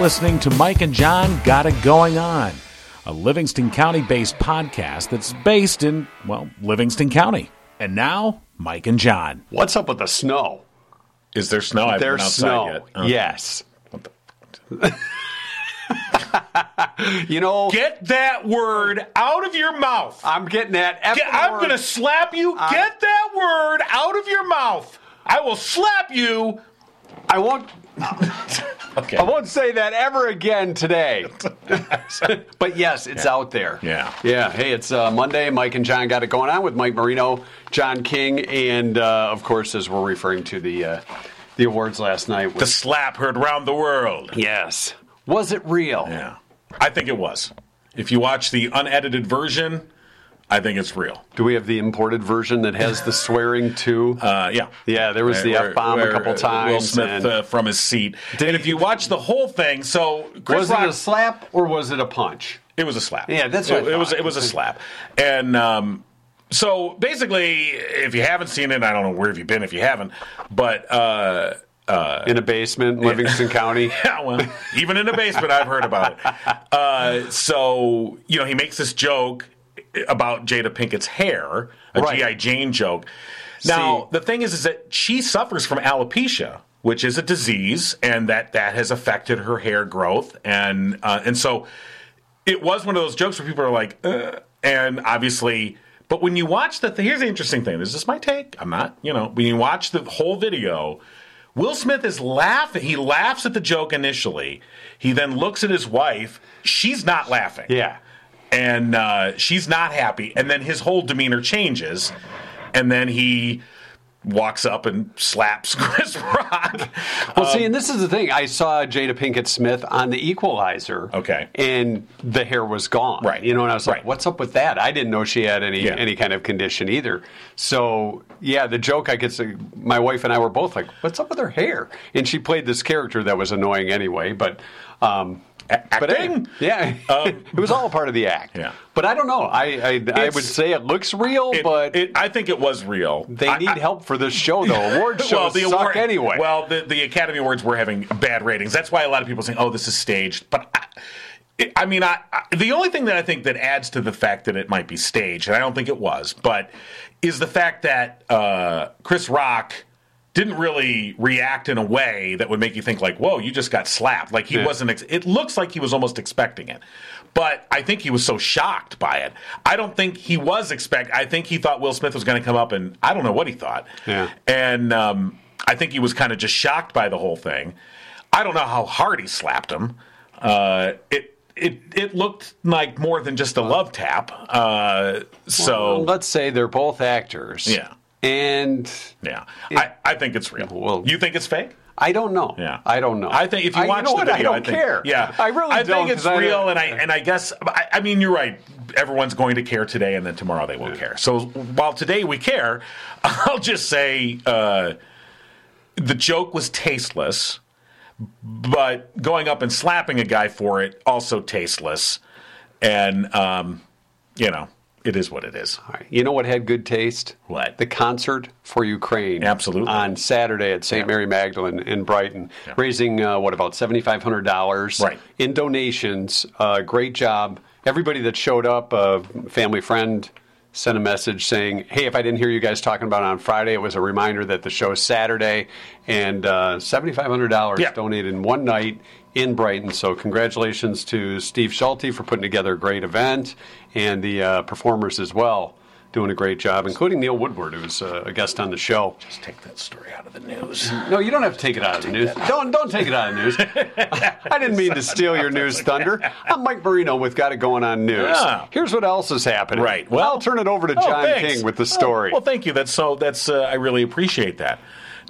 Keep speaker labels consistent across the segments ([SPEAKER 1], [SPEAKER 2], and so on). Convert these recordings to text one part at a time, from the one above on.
[SPEAKER 1] listening to Mike and John Got It Going On, a Livingston County based podcast that's based in, well, Livingston County. And now, Mike and John.
[SPEAKER 2] What's up with the snow?
[SPEAKER 1] Is there snow? I
[SPEAKER 2] There's snow.
[SPEAKER 1] Uh,
[SPEAKER 2] Yes.
[SPEAKER 1] what the-
[SPEAKER 3] Uh-huh.
[SPEAKER 2] You know,
[SPEAKER 3] Get that word Uh, out of your mouth.
[SPEAKER 2] I'm getting that. effing
[SPEAKER 3] Get- I'm
[SPEAKER 2] word.
[SPEAKER 3] going to slap you. Get that word out of your mouth. I will slap you.
[SPEAKER 2] I won't.
[SPEAKER 1] Okay.
[SPEAKER 2] I won't say that ever again today. but yes, it's out there.
[SPEAKER 1] Yeah.
[SPEAKER 2] Yeah. Hey, it's uh, Monday. Mike and John got it going on with Mike Marino, John King, and uh, of course, as we're referring to the uh, the awards last night.
[SPEAKER 3] The
[SPEAKER 2] Which,
[SPEAKER 3] slap heard round the world.
[SPEAKER 2] yes. Was it real?
[SPEAKER 3] Yeah. I think it was. If you watch the unedited version, I think it's real.
[SPEAKER 2] Do we have the imported version that has the swearing too?
[SPEAKER 3] Uh, yeah.
[SPEAKER 2] Yeah, there was the
[SPEAKER 3] Where-
[SPEAKER 2] F-bomb a
[SPEAKER 3] where,
[SPEAKER 2] couple
[SPEAKER 3] uh, Will
[SPEAKER 2] times
[SPEAKER 3] Smith
[SPEAKER 2] and-
[SPEAKER 3] uh, from his seat. and if you watch the whole thing, so Chris
[SPEAKER 2] was
[SPEAKER 3] Rock
[SPEAKER 2] it a slap or was it a punch?
[SPEAKER 3] It was a slap.
[SPEAKER 2] Yeah, that's
[SPEAKER 3] it,
[SPEAKER 2] what I
[SPEAKER 3] it was.
[SPEAKER 2] thought.
[SPEAKER 3] It was a slap, and um, so basically, if you haven't seen it, I don't know where have you been if you haven't, but uh,
[SPEAKER 2] in a basement, in Livingston County.
[SPEAKER 3] yeah, well, even in the basement, I've heard about it. Uh, so you know, he makes this joke about Jada Pinkett's hair, a GI
[SPEAKER 2] Right.
[SPEAKER 3] Jane joke. Now
[SPEAKER 2] See-
[SPEAKER 3] the thing is, is that she suffers from alopecia. Which is a disease, and that that has affected her hair growth, and uh, and so it was one of those jokes where people are like, uh, and obviously, but when you watch the, th- here's the interesting thing. Is this my take? I'm not, you know, when you watch the whole video, Will Smith is laughing. He laughs at the joke initially. He then looks at his wife. She's not laughing.
[SPEAKER 2] Yeah.
[SPEAKER 3] And uh, she's not happy. And then his whole demeanor changes. And then he walks up and slaps Chris Rock.
[SPEAKER 2] Well,
[SPEAKER 3] Um,
[SPEAKER 2] see, and this is the thing. I saw Jada Pinkett Smith on The Equalizer.
[SPEAKER 3] Okay.
[SPEAKER 2] And the hair was gone.
[SPEAKER 3] Right.
[SPEAKER 2] You know, and I was like,
[SPEAKER 3] Right.
[SPEAKER 2] what's up with that? I didn't know she had any
[SPEAKER 3] Yeah.
[SPEAKER 2] any kind of condition either. So, yeah, the joke I could say, my wife and I were both like, what's up with her hair? And she played this character that was annoying anyway, but. Um,
[SPEAKER 3] A-
[SPEAKER 2] But
[SPEAKER 3] acting? Um,
[SPEAKER 2] hey, yeah, it was all a part of the act.
[SPEAKER 3] Yeah.
[SPEAKER 2] But I don't know. I I, I
[SPEAKER 3] It's-
[SPEAKER 2] would say it looks real,
[SPEAKER 3] It-
[SPEAKER 2] but
[SPEAKER 3] it, I think it was real.
[SPEAKER 2] they
[SPEAKER 3] I-
[SPEAKER 2] need
[SPEAKER 3] I-
[SPEAKER 2] help for this show, though. Award shows suck
[SPEAKER 3] award-
[SPEAKER 2] anyway.
[SPEAKER 3] Well, the, the Academy Awards were having bad ratings. That's why a lot of people are saying, "Oh, this is staged." But I, it- I mean, I, I the only thing that I think that adds to the fact that it might be staged, and I don't think it was, but is the fact that uh, Chris Rock didn't really react in a way that would make you think like, "Whoa, you just got slapped!" Like he
[SPEAKER 2] Yeah.
[SPEAKER 3] wasn't. Ex- it looks like he was almost expecting it. But I think he was so shocked by it. I don't think he was expect. I think he thought Will Smith was going to come up, and I don't know what he thought
[SPEAKER 2] Yeah.
[SPEAKER 3] and um, I think he was kind of just shocked by the whole thing. I don't know how hard he slapped him. Uh, it it it looked like more than just a love tap. Uh, so
[SPEAKER 2] Well, let's say they're both actors.
[SPEAKER 3] Yeah.
[SPEAKER 2] And
[SPEAKER 3] yeah, I, I think it's real.
[SPEAKER 2] Well-
[SPEAKER 3] you think it's fake?
[SPEAKER 2] I don't know.
[SPEAKER 3] Yeah,
[SPEAKER 2] I don't know.
[SPEAKER 3] I think if you
[SPEAKER 2] I,
[SPEAKER 3] watch
[SPEAKER 2] know
[SPEAKER 3] the
[SPEAKER 2] what?
[SPEAKER 3] video,
[SPEAKER 2] I don't
[SPEAKER 3] think-
[SPEAKER 2] care.
[SPEAKER 3] Yeah,
[SPEAKER 2] I really
[SPEAKER 3] I
[SPEAKER 2] don't.
[SPEAKER 3] think it's
[SPEAKER 2] 'cause I
[SPEAKER 3] real,
[SPEAKER 2] don't-
[SPEAKER 3] and I and I guess I, I mean you're right. Everyone's going to care today, and then tomorrow they won't care. So while today we care, I'll just say uh, the joke was tasteless, but going up and slapping a guy for it also tasteless, and um, you know it is what it is.
[SPEAKER 2] All right. You know what had good taste?
[SPEAKER 3] What?
[SPEAKER 2] The concert for Ukraine.
[SPEAKER 3] Absolutely.
[SPEAKER 2] On Saturday at St. Mary Magdalene in Brighton, raising, uh, what, about $7,500
[SPEAKER 3] Right.
[SPEAKER 2] in donations. Uh, great job. Everybody that showed up, a family friend sent a message saying, hey, if I didn't hear you guys talking about it on Friday, it was a reminder that the show's Saturday. And uh, $7,500
[SPEAKER 3] Yeah.
[SPEAKER 2] donated in one night in Brighton. So congratulations to Steve Schulte for putting together a great event and the uh, performers as well doing a great job, including Neil Woodward, who's uh, a guest on the show.
[SPEAKER 3] Let's take that story out of the news.
[SPEAKER 2] No, you don't have to take it out of the news. Don't don't take it out of the news. I didn't mean to steal your news thunder. I'm Mike Marino with Got It Going On News.
[SPEAKER 3] Yeah.
[SPEAKER 2] Here's what else is happening.
[SPEAKER 3] Right. Well-
[SPEAKER 2] I'll turn it over to
[SPEAKER 3] Oh,
[SPEAKER 2] John
[SPEAKER 3] thanks.
[SPEAKER 2] King with the
[SPEAKER 3] Oh,
[SPEAKER 2] story.
[SPEAKER 3] well, thank you. That's so. That's uh, I really appreciate that.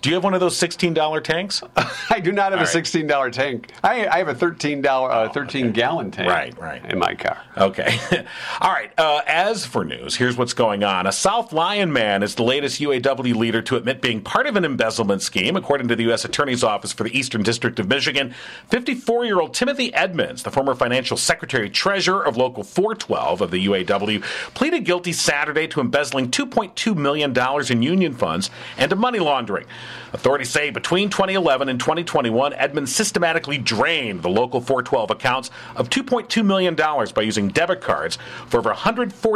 [SPEAKER 3] Do you have one of those sixteen dollar tanks?
[SPEAKER 2] I do not have a
[SPEAKER 3] right. Oh,
[SPEAKER 2] sixteen dollar tank. I, I have a thirteen dollar uh, thirteen gallon tank.
[SPEAKER 3] Right, right.
[SPEAKER 2] In my car.
[SPEAKER 3] Okay. All right. Uh, as for news, here's what's going on. A South Lyon man is the latest UAW leader to admit being part of an embezzlement scheme, according to the U.S. Attorney's Office for the Eastern District of Michigan. 54 year old Timothy Edmonds, the former financial secretary treasurer of Local 412 of the UAW, pleaded guilty Saturday to embezzling $2.2 million in union funds and to money laundering. Authorities say between 2011 and 2021, Edmonds systematically drained the local 412 accounts of $2.2 million by using debit cards for over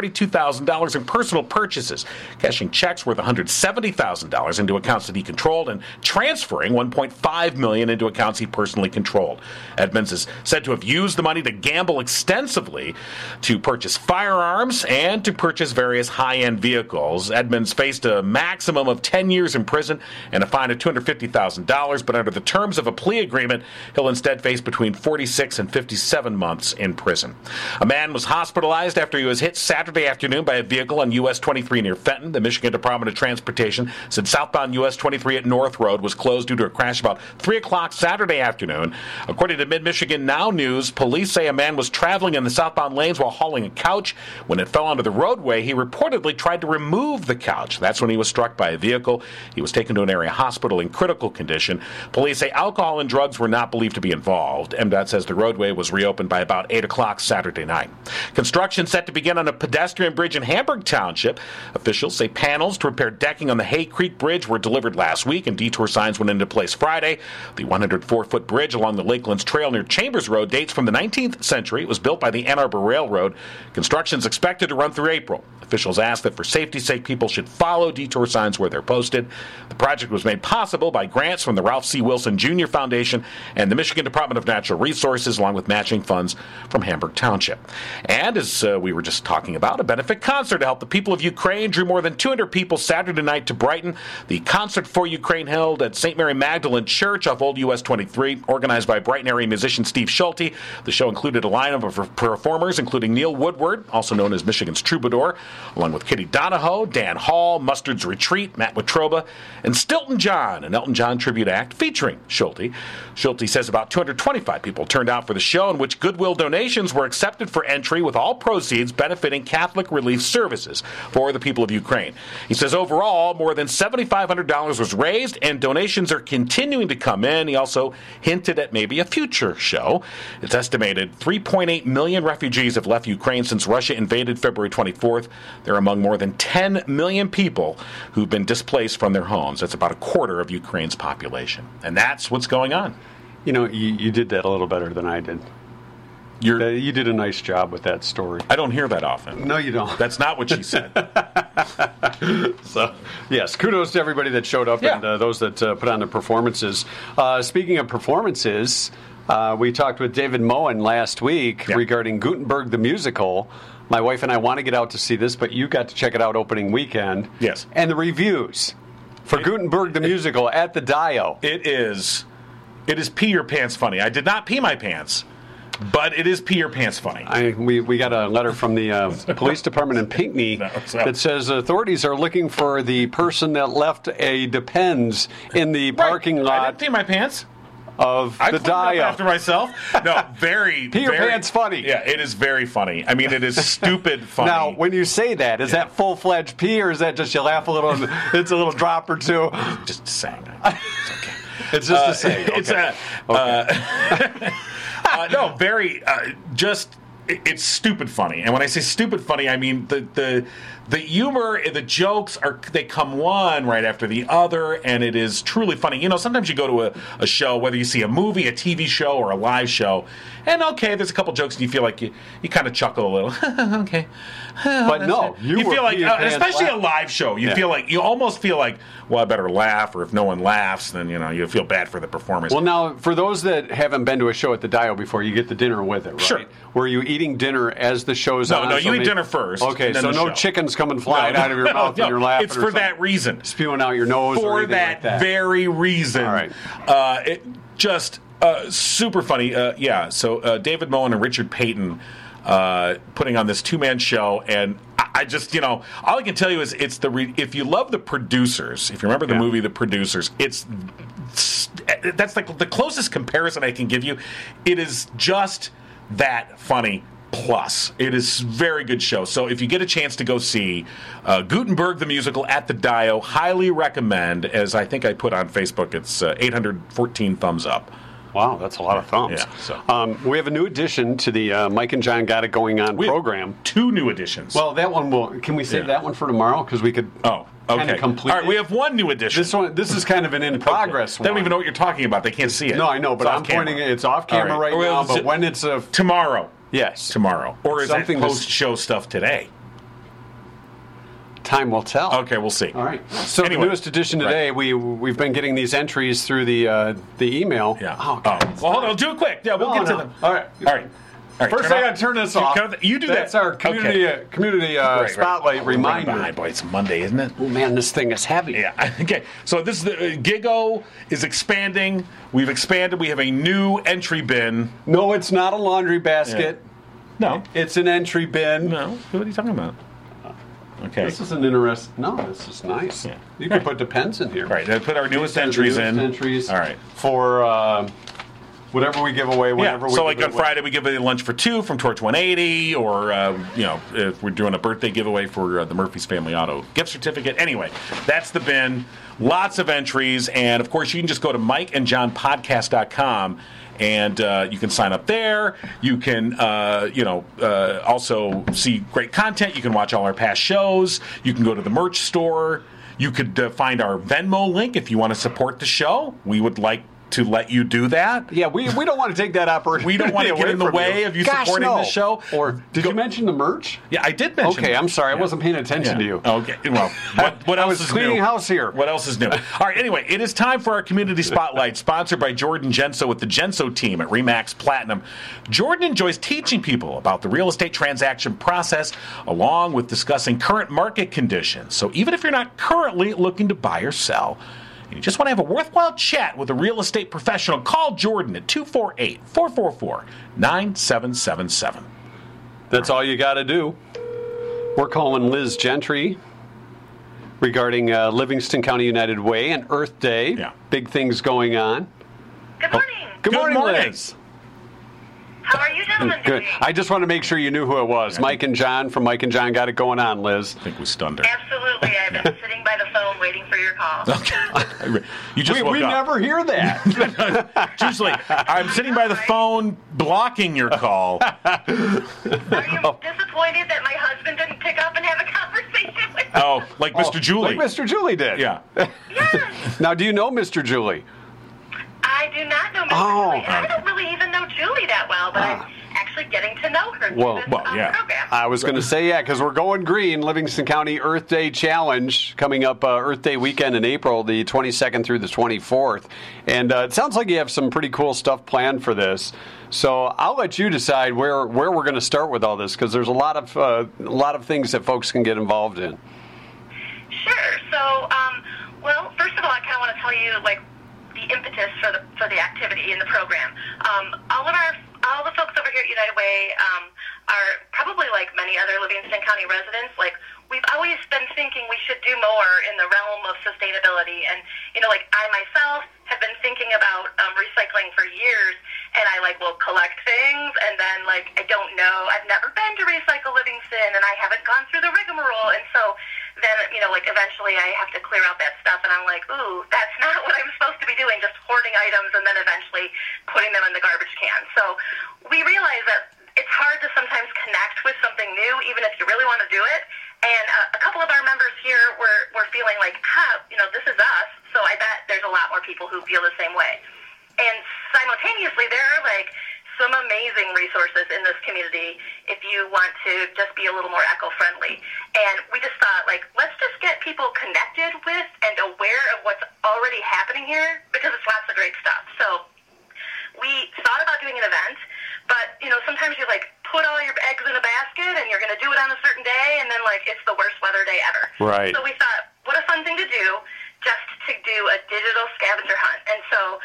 [SPEAKER 3] $142,000 in personal purchases, cashing checks worth $170,000 into accounts that he controlled, and transferring $1.5 million into accounts he personally controlled. Edmonds is said to have used the money to gamble extensively to purchase firearms and to purchase various high end vehicles. Edmonds faced a maximum of 10 years in prison and a fine of $250,000, but under the terms of a plea agreement, he'll instead face between 46 and 57 months in prison. A man was hospitalized after he was hit Saturday afternoon by a vehicle on US 23 near Fenton. The Michigan Department of Transportation said southbound US 23 at North Road was closed due to a crash about 3 o'clock Saturday afternoon. According to Mid Michigan Now News, police say a man was traveling in the southbound lanes while hauling a couch. When it fell onto the roadway, he reportedly tried to remove the couch. That's when he was struck by a vehicle. He was taken to an area hospital in critical condition. Police say alcohol and drugs were not believed to be involved. MDOT says the roadway was reopened by about 8 o'clock Saturday night. Construction set to begin on a pedestrian bridge in Hamburg Township. Officials say panels to repair decking on the Hay Creek Bridge were delivered last week and detour signs went into place Friday. The 104 foot bridge along the Lakelands Trail near Chambers Road dates from the 19th century. It was built by the Ann Arbor Railroad. Construction is expected to run through April. Officials ask that for safety's sake, people should follow detour signs where they're posted. The project was made possible by grants from the Ralph C. Wilson Jr. Foundation and the Michigan Department of Natural Resources, along with matching funds from Hamburg Township. And as uh, we were just talking about, a benefit concert to help the people of Ukraine drew more than 200 people Saturday night to Brighton. The concert for Ukraine held at St. Mary Magdalene Church off Old US 23, organized by Brighton area musician Steve Schulte. The show included a lineup of performers, including Neil Woodward, also known as Michigan's Troubadour, along with Kitty Donahoe, Dan Hall, Mustard's Retreat, Matt Watroba, and Stilton John, an Elton John tribute act featuring Schulte. Schulte says about 225 people turned out for the show, in which Goodwill donations were accepted for entry, with all proceeds benefiting Catholic Relief Services for the people of Ukraine. He says overall, more than $7,500 was raised, and donations are continuing to come in. He also hinted at maybe a future show. It's estimated 3.8 million refugees have left Ukraine since Russia invaded February 24th. They're among more than 10 million people who've been displaced from their homes. That's about a quarter of Ukraine's population. And that's what's going on.
[SPEAKER 2] You know, you, you did that a little better than I did.
[SPEAKER 3] You're,
[SPEAKER 2] Uh, You did a nice job with that story.
[SPEAKER 3] I don't hear that often.
[SPEAKER 2] No, you don't.
[SPEAKER 3] That's not what she said.
[SPEAKER 2] So, yes, kudos to everybody that showed up
[SPEAKER 3] Yeah.
[SPEAKER 2] and uh, those that uh, put on their performances. Uh, speaking of performances, uh, we talked with David Moen last week
[SPEAKER 3] Yeah.
[SPEAKER 2] regarding Gutenberg the musical. My wife and I want to get out to see this, but you got to check it out opening weekend.
[SPEAKER 3] Yes.
[SPEAKER 2] And the reviews for Gutenberg the musical at the Dio.
[SPEAKER 3] It is. It is pee your pants funny. I did not pee my pants, but it is pee your pants funny.
[SPEAKER 2] I, we, we got a letter from the uh, police department in Pinckney
[SPEAKER 3] No, it's not.
[SPEAKER 2] that says authorities are looking for the person that left a Depends in the parking
[SPEAKER 3] Right. I didn't
[SPEAKER 2] lot
[SPEAKER 3] pee my pants.
[SPEAKER 2] of
[SPEAKER 3] I
[SPEAKER 2] the
[SPEAKER 3] cleaned it up
[SPEAKER 2] Dio.
[SPEAKER 3] after myself. No, very.
[SPEAKER 2] Pee your
[SPEAKER 3] very-
[SPEAKER 2] pants funny.
[SPEAKER 3] Yeah, it is very funny. I mean, it is stupid funny.
[SPEAKER 2] Now, when you say that, is that full fledged pee or is that just you laugh a little and it's a little drop or two?
[SPEAKER 3] just saying. It's okay.
[SPEAKER 2] It's just the same.
[SPEAKER 3] Uh, It's a. Uh, no, very uh, just. it- It's stupid funny, and when I say stupid funny, I mean the the the humor, the jokes are they come one right after the other, and it is truly funny. You know, sometimes you go to a, a show, whether you see a movie, a TV show, or a live show, and okay, there's a couple jokes, and you feel like you you kind of chuckle a little. okay,
[SPEAKER 2] but no, you,
[SPEAKER 3] you,
[SPEAKER 2] were
[SPEAKER 3] feel like,
[SPEAKER 2] peeing
[SPEAKER 3] uh,
[SPEAKER 2] pants
[SPEAKER 3] especially
[SPEAKER 2] laugh.
[SPEAKER 3] a live show, you
[SPEAKER 2] Yeah.
[SPEAKER 3] feel like you almost feel like, well, I better laugh, or if no one laughs, then you know you feel bad for the performance.
[SPEAKER 2] Well, now for those that haven't been to a show at the Dio before, you get the dinner with it, right?
[SPEAKER 3] Sure.
[SPEAKER 2] Were you eating dinner as the show's
[SPEAKER 3] No,
[SPEAKER 2] on?
[SPEAKER 3] no, you eat
[SPEAKER 2] may-
[SPEAKER 3] dinner first,
[SPEAKER 2] Okay,
[SPEAKER 3] and then
[SPEAKER 2] so
[SPEAKER 3] the
[SPEAKER 2] no
[SPEAKER 3] show.
[SPEAKER 2] chickens coming flying out of your mouth
[SPEAKER 3] no,
[SPEAKER 2] and you're laughing.
[SPEAKER 3] It's
[SPEAKER 2] or
[SPEAKER 3] for
[SPEAKER 2] something,
[SPEAKER 3] that reason.
[SPEAKER 2] spewing out your nose. or
[SPEAKER 3] For
[SPEAKER 2] anything
[SPEAKER 3] that,
[SPEAKER 2] like that
[SPEAKER 3] very reason.
[SPEAKER 2] All right.
[SPEAKER 3] Uh, it just uh, super funny. Uh, yeah. So uh, David Mullen and Richard Payton uh, putting on this two man show, and I, I just you know all I can tell you is it's the re- if you love the producers, if you remember the
[SPEAKER 2] Yeah.
[SPEAKER 3] movie The Producers, it's. it's- That's like the closest comparison I can give you. It is just that funny plus it is very good show so if you get a chance to go see uh, gutenberg the musical at the dio highly recommend as i think i put on facebook it's uh, 814 thumbs up
[SPEAKER 2] Wow, that's a lot of thumbs.
[SPEAKER 3] Yeah, so-
[SPEAKER 2] um, we have a new addition to the uh, Mike and John Got It Going On
[SPEAKER 3] We have
[SPEAKER 2] program.
[SPEAKER 3] two new editions
[SPEAKER 2] Well, that one will. Can we save
[SPEAKER 3] Yeah.
[SPEAKER 2] that one for tomorrow? Because we could.
[SPEAKER 3] oh
[SPEAKER 2] kind of complete.
[SPEAKER 3] All right, we have one new edition.
[SPEAKER 2] this one. This is kind of an in progress
[SPEAKER 3] They don't
[SPEAKER 2] one.
[SPEAKER 3] even know what you're talking about. They can't see it.
[SPEAKER 2] No, I know,
[SPEAKER 3] It's
[SPEAKER 2] but
[SPEAKER 3] off
[SPEAKER 2] I'm
[SPEAKER 3] camera.
[SPEAKER 2] pointing. It's off
[SPEAKER 3] All
[SPEAKER 2] camera right,
[SPEAKER 3] Well,
[SPEAKER 2] now. But
[SPEAKER 3] it's-
[SPEAKER 2] when it's a
[SPEAKER 3] tomorrow,
[SPEAKER 2] yes,
[SPEAKER 3] tomorrow, or is
[SPEAKER 2] Something
[SPEAKER 3] that
[SPEAKER 2] that's-
[SPEAKER 3] post-show stuff today?
[SPEAKER 2] time will tell.
[SPEAKER 3] Okay, we'll see.
[SPEAKER 2] All right. So
[SPEAKER 3] Anyway.
[SPEAKER 2] the newest edition today, we we've been getting these entries through the uh, the email.
[SPEAKER 3] Yeah.
[SPEAKER 2] Oh,
[SPEAKER 3] Oh,
[SPEAKER 2] God.
[SPEAKER 3] well, hold on. Do it quick. Yeah, we'll
[SPEAKER 2] No,
[SPEAKER 3] get to
[SPEAKER 2] no.
[SPEAKER 3] them.
[SPEAKER 2] All right.
[SPEAKER 3] All right. All right,
[SPEAKER 2] First,
[SPEAKER 3] turn
[SPEAKER 2] I got
[SPEAKER 3] off-
[SPEAKER 2] to turn this
[SPEAKER 3] you
[SPEAKER 2] off.
[SPEAKER 3] cover the- You do that.
[SPEAKER 2] That's our community
[SPEAKER 3] Okay.
[SPEAKER 2] uh, community uh,
[SPEAKER 3] Right, right.
[SPEAKER 2] spotlight
[SPEAKER 3] We're running
[SPEAKER 2] reminder.
[SPEAKER 3] behind, boy. It's Monday, isn't it?
[SPEAKER 2] Oh man, this thing is heavy.
[SPEAKER 3] Yeah. Okay. So this is the uh, Gigo is expanding. We've expanded. We have a new entry bin.
[SPEAKER 2] No, it's not a laundry basket.
[SPEAKER 3] No.
[SPEAKER 2] It's an entry bin.
[SPEAKER 3] No. What are you talking about? Okay.
[SPEAKER 2] Uh, This is an interest. No, this is nice.
[SPEAKER 3] Yeah.
[SPEAKER 2] You can put the pens in here.
[SPEAKER 3] All right. I put our newest
[SPEAKER 2] Put the
[SPEAKER 3] entries
[SPEAKER 2] newest
[SPEAKER 3] in.
[SPEAKER 2] Entries.
[SPEAKER 3] All right.
[SPEAKER 2] For uh, whatever we give away,
[SPEAKER 3] Yeah.
[SPEAKER 2] whenever we
[SPEAKER 3] So like
[SPEAKER 2] give
[SPEAKER 3] on
[SPEAKER 2] it away.
[SPEAKER 3] Friday we give away lunch for two from Torch 180, or uh, you know if we're doing a birthday giveaway for uh, the Murphy's Family Auto gift certificate. Anyway, that's the bin. Lots of entries, and of course you can just go to MikeandJohnPodcast.com. And uh, you can sign up there. You can, uh, you know, uh, also see great content. You can watch all our past shows. You can go to the merch store. You could uh, find our Venmo link if you want to support the show. We would like to let you do that.
[SPEAKER 2] Yeah, we, we don't want to take that opportunity.
[SPEAKER 3] We don't want to get in the
[SPEAKER 2] away from
[SPEAKER 3] way of you supporting the show.
[SPEAKER 2] Or did
[SPEAKER 3] Go-
[SPEAKER 2] you mention the merch?
[SPEAKER 3] Yeah, I did mention.
[SPEAKER 2] Okay,
[SPEAKER 3] that.
[SPEAKER 2] I'm sorry, I
[SPEAKER 3] Yeah.
[SPEAKER 2] wasn't paying attention to you.
[SPEAKER 3] Yeah. Oh. Okay. Well, what, what
[SPEAKER 2] I
[SPEAKER 3] else
[SPEAKER 2] was
[SPEAKER 3] is
[SPEAKER 2] cleaning
[SPEAKER 3] new?
[SPEAKER 2] house here.
[SPEAKER 3] What else is new? All right. Anyway, it is time for our community spotlight, sponsored by Jordan Genso with the Genso team at Remax Platinum. Jordan enjoys teaching people about the real estate transaction process, along with discussing current market conditions. So even if you're not currently looking to buy or sell. And you just want to have a worthwhile chat with a real estate professional, call Jordan at 248 444 9777.
[SPEAKER 2] That's all you got to do. We're calling Liz Gentry regarding uh, Livingston County United Way and Earth Day.
[SPEAKER 3] Yeah.
[SPEAKER 2] Big things going on.
[SPEAKER 4] Good morning.
[SPEAKER 2] Oh, Good,
[SPEAKER 3] Good
[SPEAKER 2] morning,
[SPEAKER 3] morning.
[SPEAKER 2] Liz.
[SPEAKER 4] How are you gentlemen
[SPEAKER 2] Good.
[SPEAKER 4] doing?
[SPEAKER 2] I just want to make sure you knew who it was. Mike and John from Mike and John got it going on, Liz.
[SPEAKER 3] I think we stunned her.
[SPEAKER 4] Absolutely. I've been sitting by the phone waiting for your call.
[SPEAKER 3] Okay. You just
[SPEAKER 2] We,
[SPEAKER 3] woke
[SPEAKER 2] we
[SPEAKER 3] up.
[SPEAKER 2] never hear that.
[SPEAKER 3] Usually, I'm sitting by the phone blocking your call.
[SPEAKER 4] Are you disappointed that my husband didn't pick up and have a conversation with you?
[SPEAKER 3] Oh, like Mr. Julie.
[SPEAKER 2] Like Mr. Julie did.
[SPEAKER 3] Yeah.
[SPEAKER 4] Yes.
[SPEAKER 2] Now, do you know Mr. Julie?
[SPEAKER 4] I do not know Mr.
[SPEAKER 2] Oh.
[SPEAKER 4] Julie. I don't really even know Julie that well, but
[SPEAKER 2] Ah.
[SPEAKER 4] I'm actually getting to know her
[SPEAKER 2] Well,
[SPEAKER 4] through this
[SPEAKER 3] well,
[SPEAKER 4] um,
[SPEAKER 3] yeah.
[SPEAKER 4] program.
[SPEAKER 2] I was going to say, yeah, because we're going green. Livingston County Earth Day Challenge coming up uh, Earth Day weekend in April, the 22nd through the 24th. And uh, it sounds like you have some pretty cool stuff planned for this. So I'll let you decide where, where we're going to start with all this because there's a lot of uh, a lot of things that folks can get involved in.
[SPEAKER 4] Sure. So, um, well, first of all, I kind of want to tell you like the impetus for the for the activity in the program. Um, all of our all the folks over here at United Way um, are probably like many other Livingston County residents. Like we've always been thinking we should do more in the realm of sustainability, and you know, like I myself have been thinking about um, recycling for years, and I like will collect things, and then like I don't know, I've never been to Recycle Livingston, and I haven't gone through the rigmarole, and so then you know, like eventually I have to clear out that stuff, and I'm like, ooh, that's not what I'm supposed to be doing, just hoarding items and then eventually putting them in the garbage can. So we realize that it's hard to sometimes connect with something new, even if you really want to do it. And uh, a couple of our members here were, were feeling like, huh, you know, this is us. So I bet there's a lot more people who feel the same way. And simultaneously, there are like some amazing resources in this community if you want to just be a little more eco-friendly. And we just thought, like, let's just get people connected with and aware of what's already happening here because it's lots of great stuff. So we thought about doing an event, but you know, sometimes you like put all your eggs in a basket and you're going to do it on a certain day, and then like it's the worst weather day ever.
[SPEAKER 2] Right.
[SPEAKER 4] So we thought, what a fun thing to do, just to do a digital scavenger hunt, and so.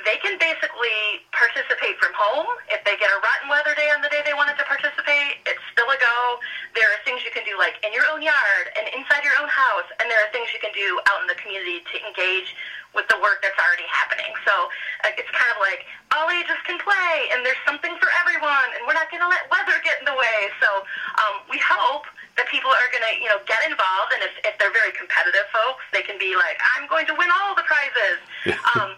[SPEAKER 4] They can basically participate from home. If they get a rotten weather day on the day they wanted to participate, it's still a go. There are things you can do like in your own yard and inside your own house, and there are things you can do out in the community to engage with the work that's already happening. So uh, it's kind of like all ages can play, and there's something for everyone, and we're not going to let weather get in the way. So um, we hope that people are going to, you know, get involved, and if, if they're very competitive folks, they can be like, I'm going to win all the prizes. um,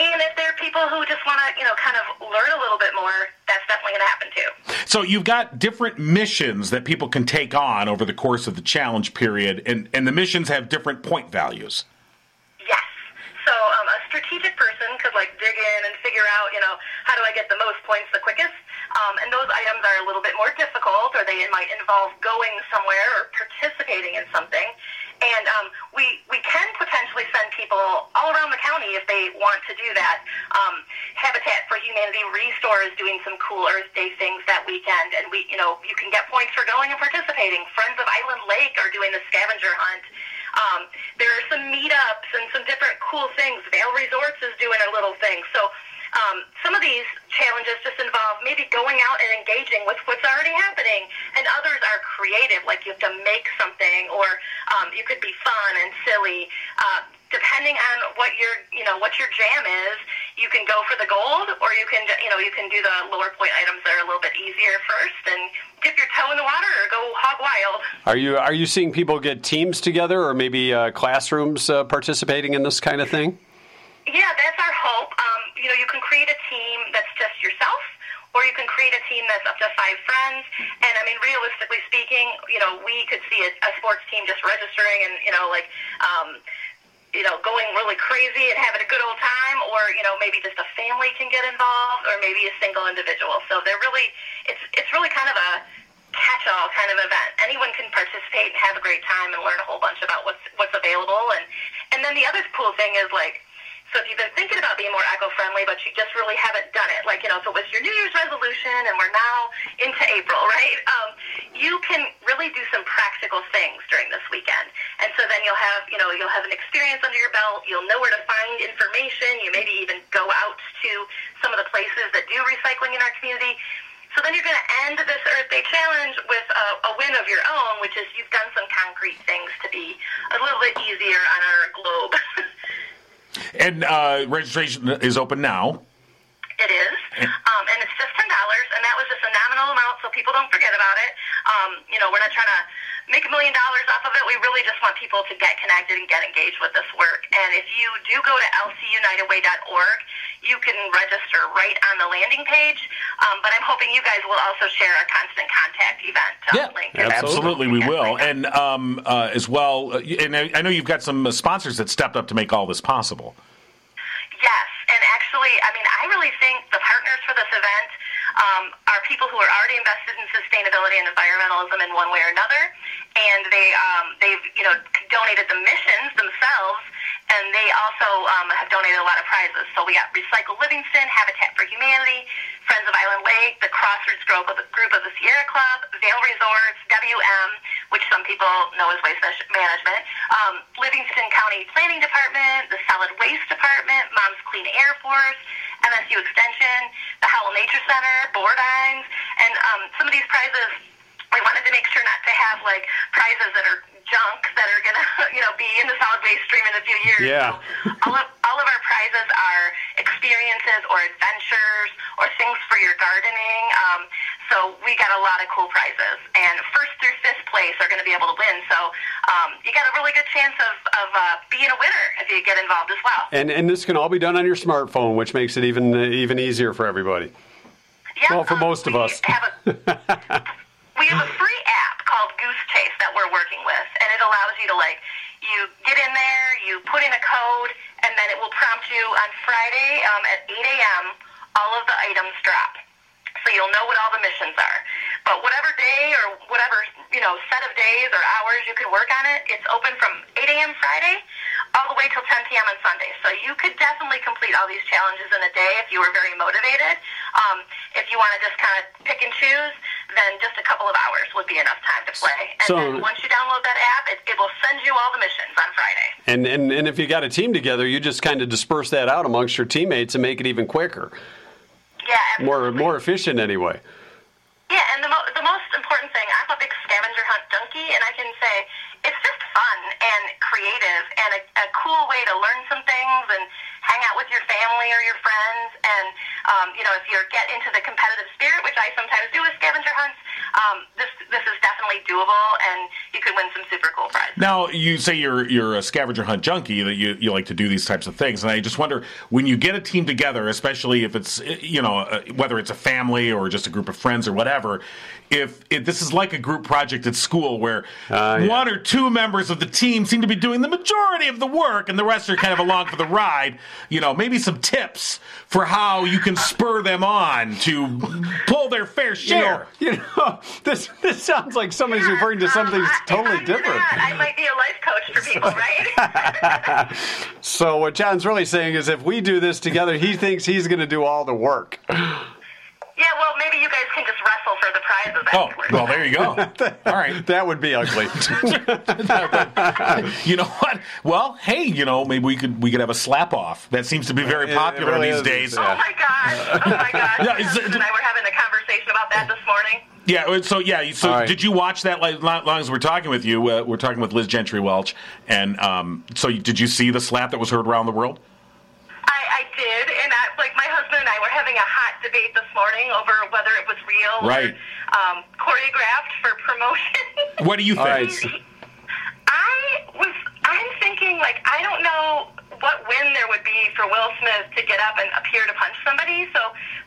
[SPEAKER 4] and if there are people who just want to, you know, kind of learn a little bit more, that's definitely going to happen too.
[SPEAKER 3] So you've got different missions that people can take on over the course of the challenge period, and, and the missions have different point values.
[SPEAKER 4] Yes. So um, a strategic person could like dig in and figure out, you know, how do I get the most points the quickest? Um, and those items are a little bit more difficult, or they might involve going somewhere or participating in something. And um, we we can potentially send people all around the county if they want to do that. Um, Habitat for Humanity Restore is doing some cool Earth Day things that weekend, and we you know you can get points for going and participating. Friends of Island Lake are doing the scavenger hunt. Um, there are some meetups and some different cool things. Vale Resorts is doing a little thing. So um, some of these challenges just involve maybe going out and engaging with what's already happening, and others are creative, like you have to make something, or um, you could be fun and silly. Uh, depending on what your you know what your jam is, you can go for the gold, or you can you know you can do the lower point items that are a little bit easier first, and dip your toe in the water or go hog wild.
[SPEAKER 2] Are you are you seeing people get teams together or maybe uh, classrooms uh, participating in this kind of thing?
[SPEAKER 4] Yeah, that's our hope. Um, you know, you can create a team that's just yourself, or you can create a team that's up to five friends. And I mean, realistically speaking, you know, we could see a, a sports team just registering and you know, like. Um, you know, going really crazy and having a good old time, or you know, maybe just a family can get involved, or maybe a single individual. So they're really, it's it's really kind of a catch-all kind of event. Anyone can participate and have a great time and learn a whole bunch about what's what's available. And and then the other cool thing is like, so if you've been thinking about being more eco-friendly, but you just really haven't done it, like you know, if it was your New Year's resolution and we're now into April, right? Um, you can really do some practical things during this weekend, and so then you'll have you know you'll have an experience under your belt. You'll know where to find information. You maybe even go out to some of the places that do recycling in our community. So then you're going to end this Earth Day challenge with a, a win of your own, which is you've done some concrete things to be a little bit easier on our globe.
[SPEAKER 3] And uh, registration is open now.
[SPEAKER 4] it is, um, and it's just ten dollars, and that was just a nominal amount, so people don't forget about it. Um, you know, we're not trying to make a million dollars off of it. We really just want people to get connected and get engaged with this work. And if you do go to lcunitedway.org, you can register right on the landing page. Um, but I'm hoping you guys will also share our constant contact event um,
[SPEAKER 3] Yeah,
[SPEAKER 4] link.
[SPEAKER 2] Absolutely.
[SPEAKER 3] Absolutely, we will. And um, uh, as well, uh, and I, I know you've got some uh, sponsors that stepped up to make all this possible.
[SPEAKER 4] Yes, and actually, I mean, I really think the partners for this event um, are people who are already invested in sustainability and environmentalism in one way or another, and they um, they've you know donated the missions themselves. And they also um, have donated a lot of prizes. So we got Recycle Livingston, Habitat for Humanity, Friends of Island Lake, the Crossroads Group of the, group of the Sierra Club, Vale Resorts, WM, which some people know as Waste Mas- Management, um, Livingston County Planning Department, the Solid Waste Department, Moms Clean Air Force, MSU Extension, the Howell Nature Center, Bordines, and um, some of these prizes we wanted to make sure not to have like prizes that are junk that are gonna you know be in the solid waste stream in a few years.
[SPEAKER 2] Yeah.
[SPEAKER 4] So all of all of our prizes are experiences or adventures or things for your gardening. Um, so we got a lot of cool prizes, and first through fifth place are going to be able to win. So um, you got a really good chance of of uh, being a winner if you get involved as well.
[SPEAKER 2] And and this can all be done on your smartphone, which makes it even even easier for everybody.
[SPEAKER 4] Yeah,
[SPEAKER 2] Well, for
[SPEAKER 4] um,
[SPEAKER 2] most of
[SPEAKER 4] we
[SPEAKER 2] us.
[SPEAKER 4] Have a, we have a free app called Goose Chase that we're working with, and it allows you to like you get in there, you put in a code, and then it will prompt you on Friday um, at 8 a.m. All of the items drop, so you'll know what all the missions are. But whatever day or whatever you know set of days or hours you can work on it, it's open from 8 a.m. Friday all the way till 10 p.m. on Sunday. So you could definitely complete all these challenges in a day if you were very motivated. Um, if you want to just kind of pick and choose, then just a couple of hours would be enough time to play. And
[SPEAKER 2] So-
[SPEAKER 4] then once you download that app, it, it will send you all the missions on Friday.
[SPEAKER 2] And and and if you got a team together, you just kind of disperse that out amongst your teammates and make it even quicker,
[SPEAKER 4] Yeah, absolutely.
[SPEAKER 2] more more efficient anyway.
[SPEAKER 4] Yeah, and the, mo- the most important thing, I'm a big scavenger hunt junkie, and I can say it's just fun and creative and a, a cool way to learn some things and hang out with your family or your friends. And, um, you know, if you get into the competitive spirit, which I sometimes do with scavenger hunts, um, this, this is definitely doable, and you could win some super cool prizes.
[SPEAKER 3] Now you say you're you're a scavenger hunt junkie that you, you like to do these types of things, and I just wonder when you get a team together, especially if it's you know uh, whether it's a family or just a group of friends or whatever, if, if this is like a group project at school where
[SPEAKER 2] Ah, yeah.
[SPEAKER 3] one or two members of the team seem to be doing the majority of the work and the rest are kind of along for the ride, you know maybe some tips for how you can spur them on to pull their fair
[SPEAKER 2] You know-
[SPEAKER 3] share.
[SPEAKER 2] You know, this this sounds like somebody's referring to something
[SPEAKER 4] Yeah,
[SPEAKER 2] totally
[SPEAKER 4] if Um, I'm
[SPEAKER 2] different.
[SPEAKER 4] That, I might be a life coach for people, right?
[SPEAKER 2] So what John's really saying is, if we do this together, he thinks he's going to do all the work.
[SPEAKER 4] yeah, well, maybe you guys can just wrestle for the prizes
[SPEAKER 3] Oh
[SPEAKER 4] afterwards.
[SPEAKER 3] well, there you go. All right.
[SPEAKER 2] That would be ugly.
[SPEAKER 3] You know what? Well, hey, you know, maybe we could we could have a slap off. That seems to be very
[SPEAKER 2] It- it
[SPEAKER 3] popular
[SPEAKER 2] really
[SPEAKER 3] these
[SPEAKER 2] is,
[SPEAKER 3] days.
[SPEAKER 4] Oh my gosh! Oh my gosh!
[SPEAKER 3] Yeah,
[SPEAKER 4] yeah,
[SPEAKER 3] is it-
[SPEAKER 4] and I were having a conversation about that this morning.
[SPEAKER 3] Yeah. uh, So yeah. So
[SPEAKER 2] All right.
[SPEAKER 3] did you watch that? Like, long, long as we're talking with you, uh, we're talking with Liz Gentry Welch, and um, so you, did you see the slap that was heard around the world?
[SPEAKER 4] I, I did, and I, like my husband and I were having a hot debate this morning over whether it was real
[SPEAKER 3] Right.
[SPEAKER 4] or um, choreographed for promotion.
[SPEAKER 3] What do you think?
[SPEAKER 2] right.
[SPEAKER 4] I was. I'm thinking like I don't know what win there would be for Will Smith to get up and appear to punch somebody. So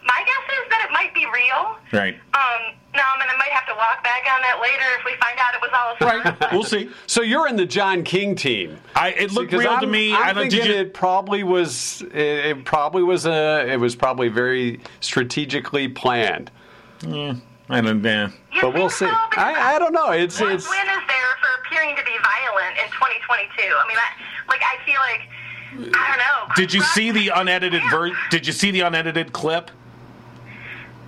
[SPEAKER 4] my guess is that it might be real.
[SPEAKER 3] Right.
[SPEAKER 4] Um. Now I'm gonna might have to walk back on that later if we find out it was all a farce.
[SPEAKER 3] We'll see.
[SPEAKER 2] so you're in the John King team.
[SPEAKER 3] I, it looked
[SPEAKER 2] Because
[SPEAKER 3] real to
[SPEAKER 2] I'm-
[SPEAKER 3] me.
[SPEAKER 2] I'm
[SPEAKER 3] I don't,
[SPEAKER 2] thinking
[SPEAKER 3] did you,
[SPEAKER 2] it probably was. It, it probably was a. It was probably very strategically planned.
[SPEAKER 3] I don't. Yeah.
[SPEAKER 4] You
[SPEAKER 2] But we'll
[SPEAKER 4] think
[SPEAKER 2] see.
[SPEAKER 4] so? Because
[SPEAKER 2] I, I don't know. It's
[SPEAKER 4] What
[SPEAKER 2] it's.
[SPEAKER 4] win is there for appearing to be violent in 2022? I mean, I, like I feel like I don't know.
[SPEAKER 3] Did you see the unedited ver-
[SPEAKER 4] version?
[SPEAKER 3] Did you see the unedited clip?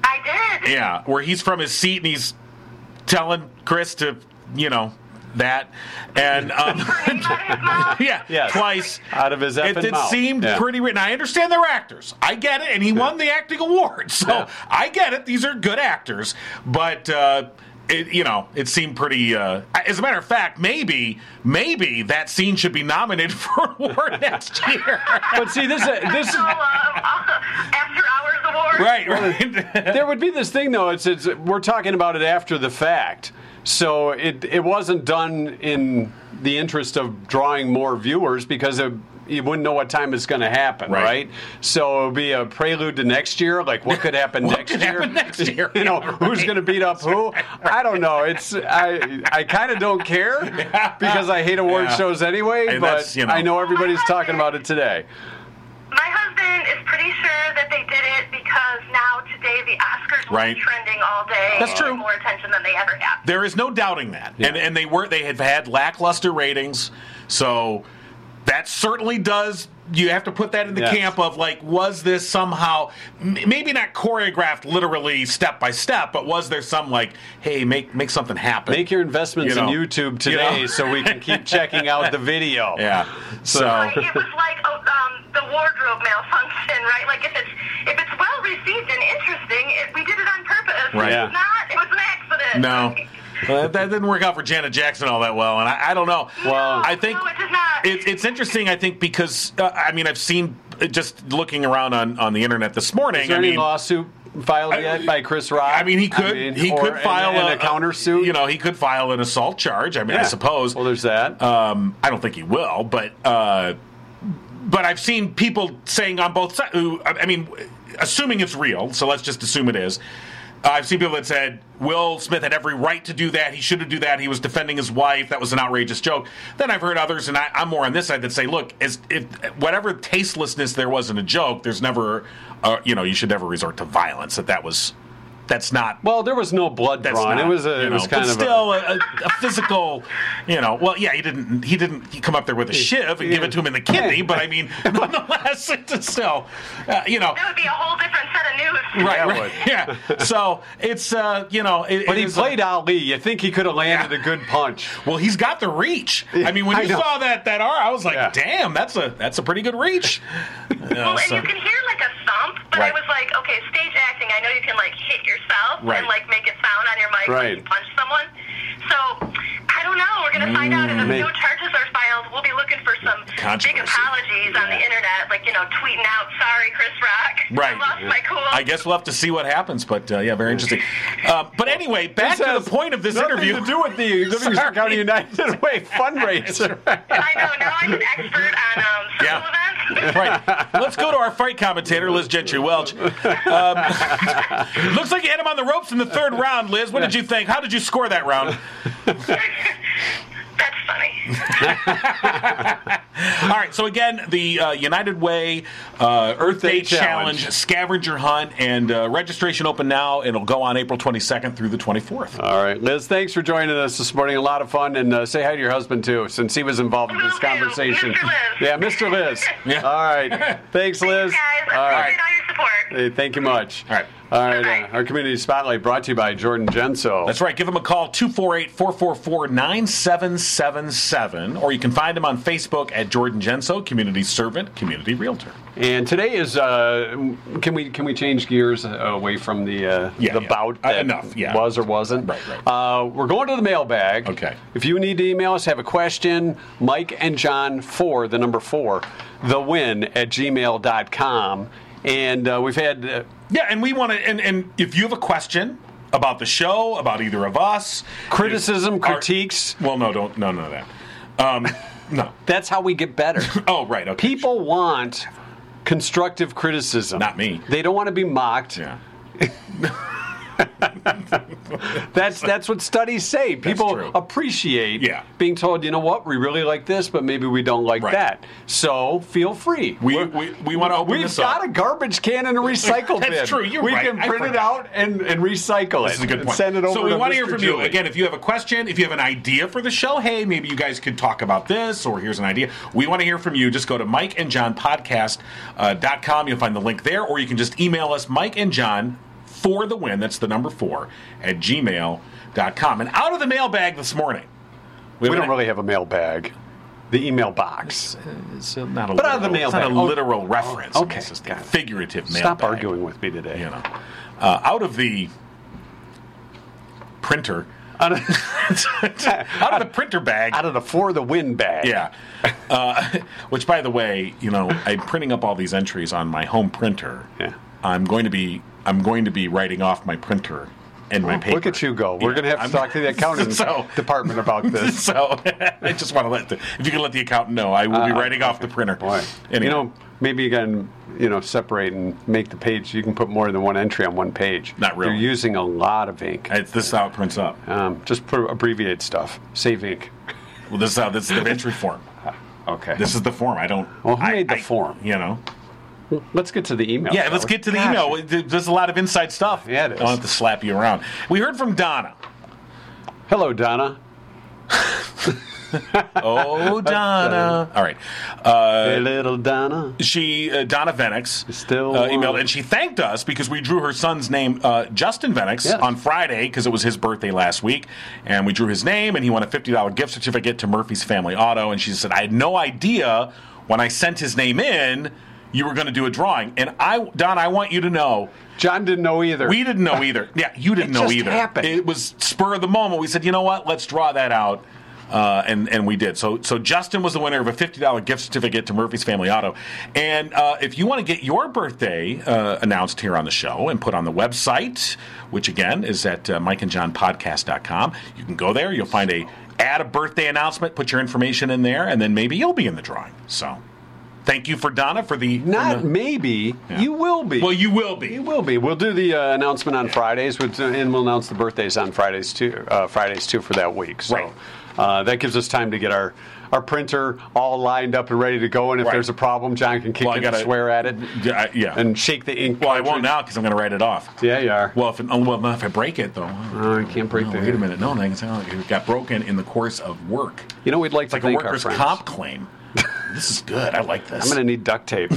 [SPEAKER 4] I did.
[SPEAKER 3] Yeah, where he's from his seat and he's telling Chris to, you know, that and um,
[SPEAKER 4] Name out of his mouth.
[SPEAKER 3] yeah,
[SPEAKER 2] Yes.
[SPEAKER 3] twice.
[SPEAKER 2] Out of his
[SPEAKER 3] It,
[SPEAKER 2] effing
[SPEAKER 3] it
[SPEAKER 2] mouth.
[SPEAKER 3] seemed
[SPEAKER 2] Yeah.
[SPEAKER 3] pretty written. I understand they're actors. I get it, and he won the acting award, so
[SPEAKER 2] Yeah.
[SPEAKER 3] I get it. These are good actors, but uh, it, you know, it seemed pretty. Uh, as a matter of fact, maybe, maybe that scene should be nominated for an award next year.
[SPEAKER 2] But see, this this
[SPEAKER 4] So, um, after hours award.
[SPEAKER 3] right, right.
[SPEAKER 2] there would be this thing though. It's, it's we're talking about it after the fact, so it it wasn't done in the interest of drawing more viewers because it, you wouldn't know what time it's going to happen,
[SPEAKER 3] Right.
[SPEAKER 2] right. So it'll be a prelude to next year. Like what could happen next
[SPEAKER 3] could
[SPEAKER 2] year?
[SPEAKER 3] happen next year?
[SPEAKER 2] you know,
[SPEAKER 3] Yeah,
[SPEAKER 2] who's going to beat up who? I don't know. It's I I kind of don't care because I hate award
[SPEAKER 3] Yeah.
[SPEAKER 2] shows anyway.
[SPEAKER 3] And
[SPEAKER 2] but
[SPEAKER 3] that's, you know-
[SPEAKER 2] I know everybody's talking about it today.
[SPEAKER 4] My husband is pretty sure that they did it because now today the Oscars will
[SPEAKER 3] Right.
[SPEAKER 4] be trending all day.
[SPEAKER 3] That's
[SPEAKER 4] and
[SPEAKER 3] true.
[SPEAKER 4] More attention than they ever have.
[SPEAKER 3] There is no doubting that, and and they were they have had lackluster ratings, so that certainly does. You have to put that in the
[SPEAKER 2] Yes.
[SPEAKER 3] camp of like, was this somehow m- maybe not choreographed literally step by step, but was there some like, hey, make make something happen?
[SPEAKER 2] Make your investments
[SPEAKER 3] You know.
[SPEAKER 2] in YouTube
[SPEAKER 3] You know.
[SPEAKER 2] today so we can keep checking out the video.
[SPEAKER 3] yeah. So
[SPEAKER 4] Like, it was like oh, um, the wardrobe malfunction, right? Like if it's if it's well received and interesting, it, we did it on purpose.
[SPEAKER 3] Right.
[SPEAKER 4] If it's not, it was an accident.
[SPEAKER 3] no.
[SPEAKER 4] Like,
[SPEAKER 3] That, that didn't work out for Janet Jackson all that well, and I, I don't know.
[SPEAKER 2] Well-
[SPEAKER 3] I think
[SPEAKER 4] No, it did not.
[SPEAKER 3] It, it's interesting. I think because uh, I mean I've seen uh, just looking around on, on the internet this morning.
[SPEAKER 2] Is there
[SPEAKER 3] I
[SPEAKER 2] any
[SPEAKER 3] mean,
[SPEAKER 2] lawsuit filed yet by Chris Rock?
[SPEAKER 3] I mean, he could
[SPEAKER 2] mean,
[SPEAKER 3] he
[SPEAKER 2] or
[SPEAKER 3] could
[SPEAKER 2] an-
[SPEAKER 3] file
[SPEAKER 2] an,
[SPEAKER 3] a,
[SPEAKER 2] a countersuit.
[SPEAKER 3] You know, he could file an assault charge. I mean, I
[SPEAKER 2] Yeah.
[SPEAKER 3] suppose.
[SPEAKER 2] Well, there's that.
[SPEAKER 3] um, I don't think he will, but uh, but I've seen people saying on both sides. Who I I mean, assuming it's real, so let's just assume it is. Uh, I've seen people that said Will Smith had every right to do that. He should have do that. He was defending his wife. That was an outrageous joke. Then I've heard others, and I, I'm more on this side that say, look, as if whatever tastelessness there was in a joke, there's never, uh, you know, you should never resort to violence. That that was, that's not
[SPEAKER 2] well, there was no blood
[SPEAKER 3] that's
[SPEAKER 2] drawn.
[SPEAKER 3] not,
[SPEAKER 2] it was a.
[SPEAKER 3] you
[SPEAKER 2] It was
[SPEAKER 3] know,
[SPEAKER 2] kind
[SPEAKER 3] but
[SPEAKER 2] of
[SPEAKER 3] still a, a, a physical, you know. Well, yeah, he didn't. He didn't come up there with a shiv and give it to him in the kidney, but I mean, nonetheless, it's still, uh, you know,
[SPEAKER 4] That would be a whole different set of news.
[SPEAKER 3] right,
[SPEAKER 2] Yeah, it
[SPEAKER 3] right,
[SPEAKER 2] would.
[SPEAKER 3] yeah. So it's, uh, you know, it,
[SPEAKER 2] A, but
[SPEAKER 3] it
[SPEAKER 2] he
[SPEAKER 3] is a-
[SPEAKER 2] played Ali. You think he could have landed a good punch?
[SPEAKER 3] well, he's got the reach. I mean, when
[SPEAKER 2] I
[SPEAKER 3] you
[SPEAKER 2] know.
[SPEAKER 3] saw that that R, I was like,
[SPEAKER 2] Yeah.
[SPEAKER 3] damn, that's a that's a pretty good reach. Yeah,
[SPEAKER 4] Well, Oh, and
[SPEAKER 3] so-
[SPEAKER 4] you can hear like a thump, but
[SPEAKER 3] Right.
[SPEAKER 4] I was like, okay, stage acting. I know you can like hit yourself
[SPEAKER 3] Right.
[SPEAKER 4] and like make it sound on your mic
[SPEAKER 2] Right.
[SPEAKER 4] when you punch someone. So I don't know. We're gonna find out, and if
[SPEAKER 2] Maybe.
[SPEAKER 3] Mm,
[SPEAKER 4] no charges are filed, we'll be looking for some big
[SPEAKER 3] Controversy.
[SPEAKER 4] apology celebrities on the internet, like you know, tweeting out "Sorry, Chris Rock."
[SPEAKER 3] Right.
[SPEAKER 4] I lost my cool.
[SPEAKER 3] I guess we'll have to see what happens, but uh, yeah, very interesting. Uh, but anyway, back
[SPEAKER 2] This
[SPEAKER 3] to
[SPEAKER 2] has
[SPEAKER 3] the point of this
[SPEAKER 2] nothing
[SPEAKER 3] interview.
[SPEAKER 2] to do with the Livingston
[SPEAKER 3] Sorry.
[SPEAKER 2] County United Way fundraiser.
[SPEAKER 4] I know. Now I'm an expert on um, social
[SPEAKER 3] Yeah.
[SPEAKER 4] events.
[SPEAKER 3] right. Let's go to our fight commentator, Liz Gentry Welch. Um, looks like you had him on the ropes in the third round, Liz. What did you think? How did you score that round?
[SPEAKER 4] That's funny.
[SPEAKER 3] All right. So again, the uh, United Way uh, Earth Day,
[SPEAKER 2] Day
[SPEAKER 3] Challenge.
[SPEAKER 2] Challenge.
[SPEAKER 3] scavenger hunt, and uh, registration open now. It'll go on April 22nd through the 24th.
[SPEAKER 2] All right, Liz, thanks for joining us this morning. A lot of fun. And uh, say hi to your husband, too, since he was involved in this
[SPEAKER 4] Will do.
[SPEAKER 2] conversation.
[SPEAKER 4] Mr. Liz.
[SPEAKER 2] Yeah, Mr. Liz.
[SPEAKER 3] Yeah.
[SPEAKER 2] All right. Thanks, Liz.
[SPEAKER 4] Thanks, guys.
[SPEAKER 2] All
[SPEAKER 4] I
[SPEAKER 2] right.
[SPEAKER 4] appreciate all your support.
[SPEAKER 2] Hey, thank you much.
[SPEAKER 3] All right.
[SPEAKER 2] All right. Uh,
[SPEAKER 4] Bye-bye.
[SPEAKER 2] our community spotlight brought to you by Jordan Genso.
[SPEAKER 3] That's right. Give him a call, 248 444 9777, or you can find him on Facebook at Jordan Genso, community servant, community realtor.
[SPEAKER 2] And today is uh, can we can we change gears uh, away from the uh,
[SPEAKER 3] Yeah,
[SPEAKER 2] the
[SPEAKER 3] yeah.
[SPEAKER 2] bout
[SPEAKER 3] Uh,
[SPEAKER 2] that
[SPEAKER 3] enough, yeah.
[SPEAKER 2] was or wasn't
[SPEAKER 3] Right, right.
[SPEAKER 2] Uh, we're going to the mailbag.
[SPEAKER 3] Okay.
[SPEAKER 2] If you need to email us, have a question, Mike and John for the number four, the win at gmail.com. and uh, we've had. Uh,
[SPEAKER 3] Yeah, and we want to, and, and if you have a question about the show, about either of us,
[SPEAKER 2] Criticism,
[SPEAKER 3] our-
[SPEAKER 2] critiques.
[SPEAKER 3] well, no, don't, no, none of that. Um, no.
[SPEAKER 2] That's how we get better.
[SPEAKER 3] Oh, right. Okay.
[SPEAKER 2] People want constructive criticism.
[SPEAKER 3] Not me.
[SPEAKER 2] They don't want to be mocked.
[SPEAKER 3] Yeah.
[SPEAKER 2] That's that's what studies say.
[SPEAKER 3] true.
[SPEAKER 2] People appreciate
[SPEAKER 3] Yeah.
[SPEAKER 2] being told, you know what, we really like this, but maybe we don't like
[SPEAKER 3] Right.
[SPEAKER 2] that. So feel free.
[SPEAKER 3] We,
[SPEAKER 2] We're-
[SPEAKER 3] we, we want to open
[SPEAKER 2] We've
[SPEAKER 3] this
[SPEAKER 2] got
[SPEAKER 3] up.
[SPEAKER 2] a garbage can and a recycle bin.
[SPEAKER 3] That's true. You're
[SPEAKER 2] we
[SPEAKER 3] right.
[SPEAKER 2] can
[SPEAKER 3] I
[SPEAKER 2] print it
[SPEAKER 3] forgot.
[SPEAKER 2] out and, and recycle it.
[SPEAKER 3] This is a good
[SPEAKER 2] and
[SPEAKER 3] point.
[SPEAKER 2] Send it over
[SPEAKER 3] so we
[SPEAKER 2] to
[SPEAKER 3] want to
[SPEAKER 2] Mr.
[SPEAKER 3] hear from you
[SPEAKER 2] Julie.
[SPEAKER 3] again. If you have a question, if you have an idea for the show, hey, maybe you guys could talk about this, or here's an idea. We want to hear from you. Just go to Mike and John Podcast uh, dot com. You'll find the link there, or you can just email us Mike and John for the win. That's the number four at gmail dot com. And out of the mailbag this morning,
[SPEAKER 2] We
[SPEAKER 3] have
[SPEAKER 2] don't
[SPEAKER 3] an-
[SPEAKER 2] really have a mailbag. The email box.
[SPEAKER 3] It's not a
[SPEAKER 2] But out
[SPEAKER 3] literal,
[SPEAKER 2] of the
[SPEAKER 3] it's not a
[SPEAKER 2] mailbag. Oh,
[SPEAKER 3] literal reference. I mean,
[SPEAKER 2] okay.
[SPEAKER 3] it's just a
[SPEAKER 2] Got it.
[SPEAKER 3] figurative mailbag.
[SPEAKER 2] Stop arguing with me today.
[SPEAKER 3] you know, uh, out of the printer,
[SPEAKER 2] Out, of,
[SPEAKER 3] out of the printer bag.
[SPEAKER 2] out of the for the win bag.
[SPEAKER 3] yeah. Uh, which, by the way, you know, I'm printing up all these entries on my home printer.
[SPEAKER 2] Yeah.
[SPEAKER 3] I'm going to be I'm going to be writing off my printer and my paper.
[SPEAKER 2] Look at you go. We're
[SPEAKER 3] Yeah,
[SPEAKER 2] going to have to
[SPEAKER 3] I'm-
[SPEAKER 2] talk to the accounting
[SPEAKER 3] So-
[SPEAKER 2] department about this.
[SPEAKER 3] So I just want to let the, if you can let the accountant know, I will be writing off the printer.
[SPEAKER 2] Uh, Boy,
[SPEAKER 3] Anyway.
[SPEAKER 2] you know, maybe you can you know separate and make the page. You can put more than one entry on one page.
[SPEAKER 3] Not really.
[SPEAKER 2] You're using a lot of ink.
[SPEAKER 3] it's, this is how it prints up.
[SPEAKER 2] Um, just put abbreviate stuff. Save ink.
[SPEAKER 3] Well, this is how this is the entry form.
[SPEAKER 2] Okay.
[SPEAKER 3] This is the form. I don't.
[SPEAKER 2] Well, who
[SPEAKER 3] I-
[SPEAKER 2] made the
[SPEAKER 3] I-
[SPEAKER 2] form?
[SPEAKER 3] You know.
[SPEAKER 2] let's get to the email.
[SPEAKER 3] Yeah,
[SPEAKER 2] shall
[SPEAKER 3] let's
[SPEAKER 2] we?
[SPEAKER 3] get to the
[SPEAKER 2] Gosh.
[SPEAKER 3] email. There's a lot of inside stuff.
[SPEAKER 2] Yeah, it is.
[SPEAKER 3] I don't have to slap you around. We heard from Donna.
[SPEAKER 2] Hello, Donna.
[SPEAKER 3] Oh, Donna. All right. Uh,
[SPEAKER 2] Hey, little Donna.
[SPEAKER 3] she uh, Donna Venix
[SPEAKER 2] Still
[SPEAKER 3] uh,
[SPEAKER 2] one.
[SPEAKER 3] emailed and she thanked us because we drew her son's name uh, Justin Venix
[SPEAKER 2] Yes.
[SPEAKER 3] on Friday because it was his birthday last week and we drew his name and he won a fifty dollar gift certificate to Murphy's Family Auto and she said I had no idea when I sent his name in you were going to do a drawing and I Don I want you to know
[SPEAKER 2] John didn't know either.
[SPEAKER 3] we didn't know either yeah you didn't
[SPEAKER 2] It
[SPEAKER 3] know
[SPEAKER 2] just
[SPEAKER 3] either
[SPEAKER 2] happened.
[SPEAKER 3] it was spur of the moment we said you know what let's draw that out. Uh, and and we did so. So Justin was the winner of a fifty dollar gift certificate to Murphy's Family Auto. And uh, if you want to get your birthday uh, announced here on the show and put on the website, which again is at uh, mikeandjohnpodcast.com, you can go there. You'll find a add a birthday announcement, put your information in there, and then maybe you'll be in the drawing. So thank you for Donna for the
[SPEAKER 2] Not
[SPEAKER 3] for the-
[SPEAKER 2] maybe.
[SPEAKER 3] Yeah.
[SPEAKER 2] You will be.
[SPEAKER 3] well, you will be.
[SPEAKER 2] You will be. We'll do the uh, announcement on Fridays, with, uh, and we'll announce the birthdays on Fridays too. Uh, Fridays too for that week. So
[SPEAKER 3] Right.
[SPEAKER 2] uh, that gives us time to get our our printer all lined up and ready to go. And if
[SPEAKER 3] Right.
[SPEAKER 2] there's a problem, John can kick
[SPEAKER 3] Well, I
[SPEAKER 2] it
[SPEAKER 3] gotta-
[SPEAKER 2] and swear at it
[SPEAKER 3] Yeah, I- yeah.
[SPEAKER 2] and shake the ink.
[SPEAKER 3] Well, I won't
[SPEAKER 2] cartridge.
[SPEAKER 3] now because I'm going to write it off.
[SPEAKER 2] Yeah, you are.
[SPEAKER 3] Well, if it, oh, well, if I break it though. oh,
[SPEAKER 2] Oh, I can't break
[SPEAKER 3] no,
[SPEAKER 2] the.
[SPEAKER 3] wait a minute. No, no, I can say oh, it got broken in the course of work.
[SPEAKER 2] You know, we'd like
[SPEAKER 3] It's
[SPEAKER 2] to
[SPEAKER 3] like a
[SPEAKER 2] thank our
[SPEAKER 3] workers'
[SPEAKER 2] friends.
[SPEAKER 3] comp claim. this is good. I like this.
[SPEAKER 2] I'm going to need duct tape.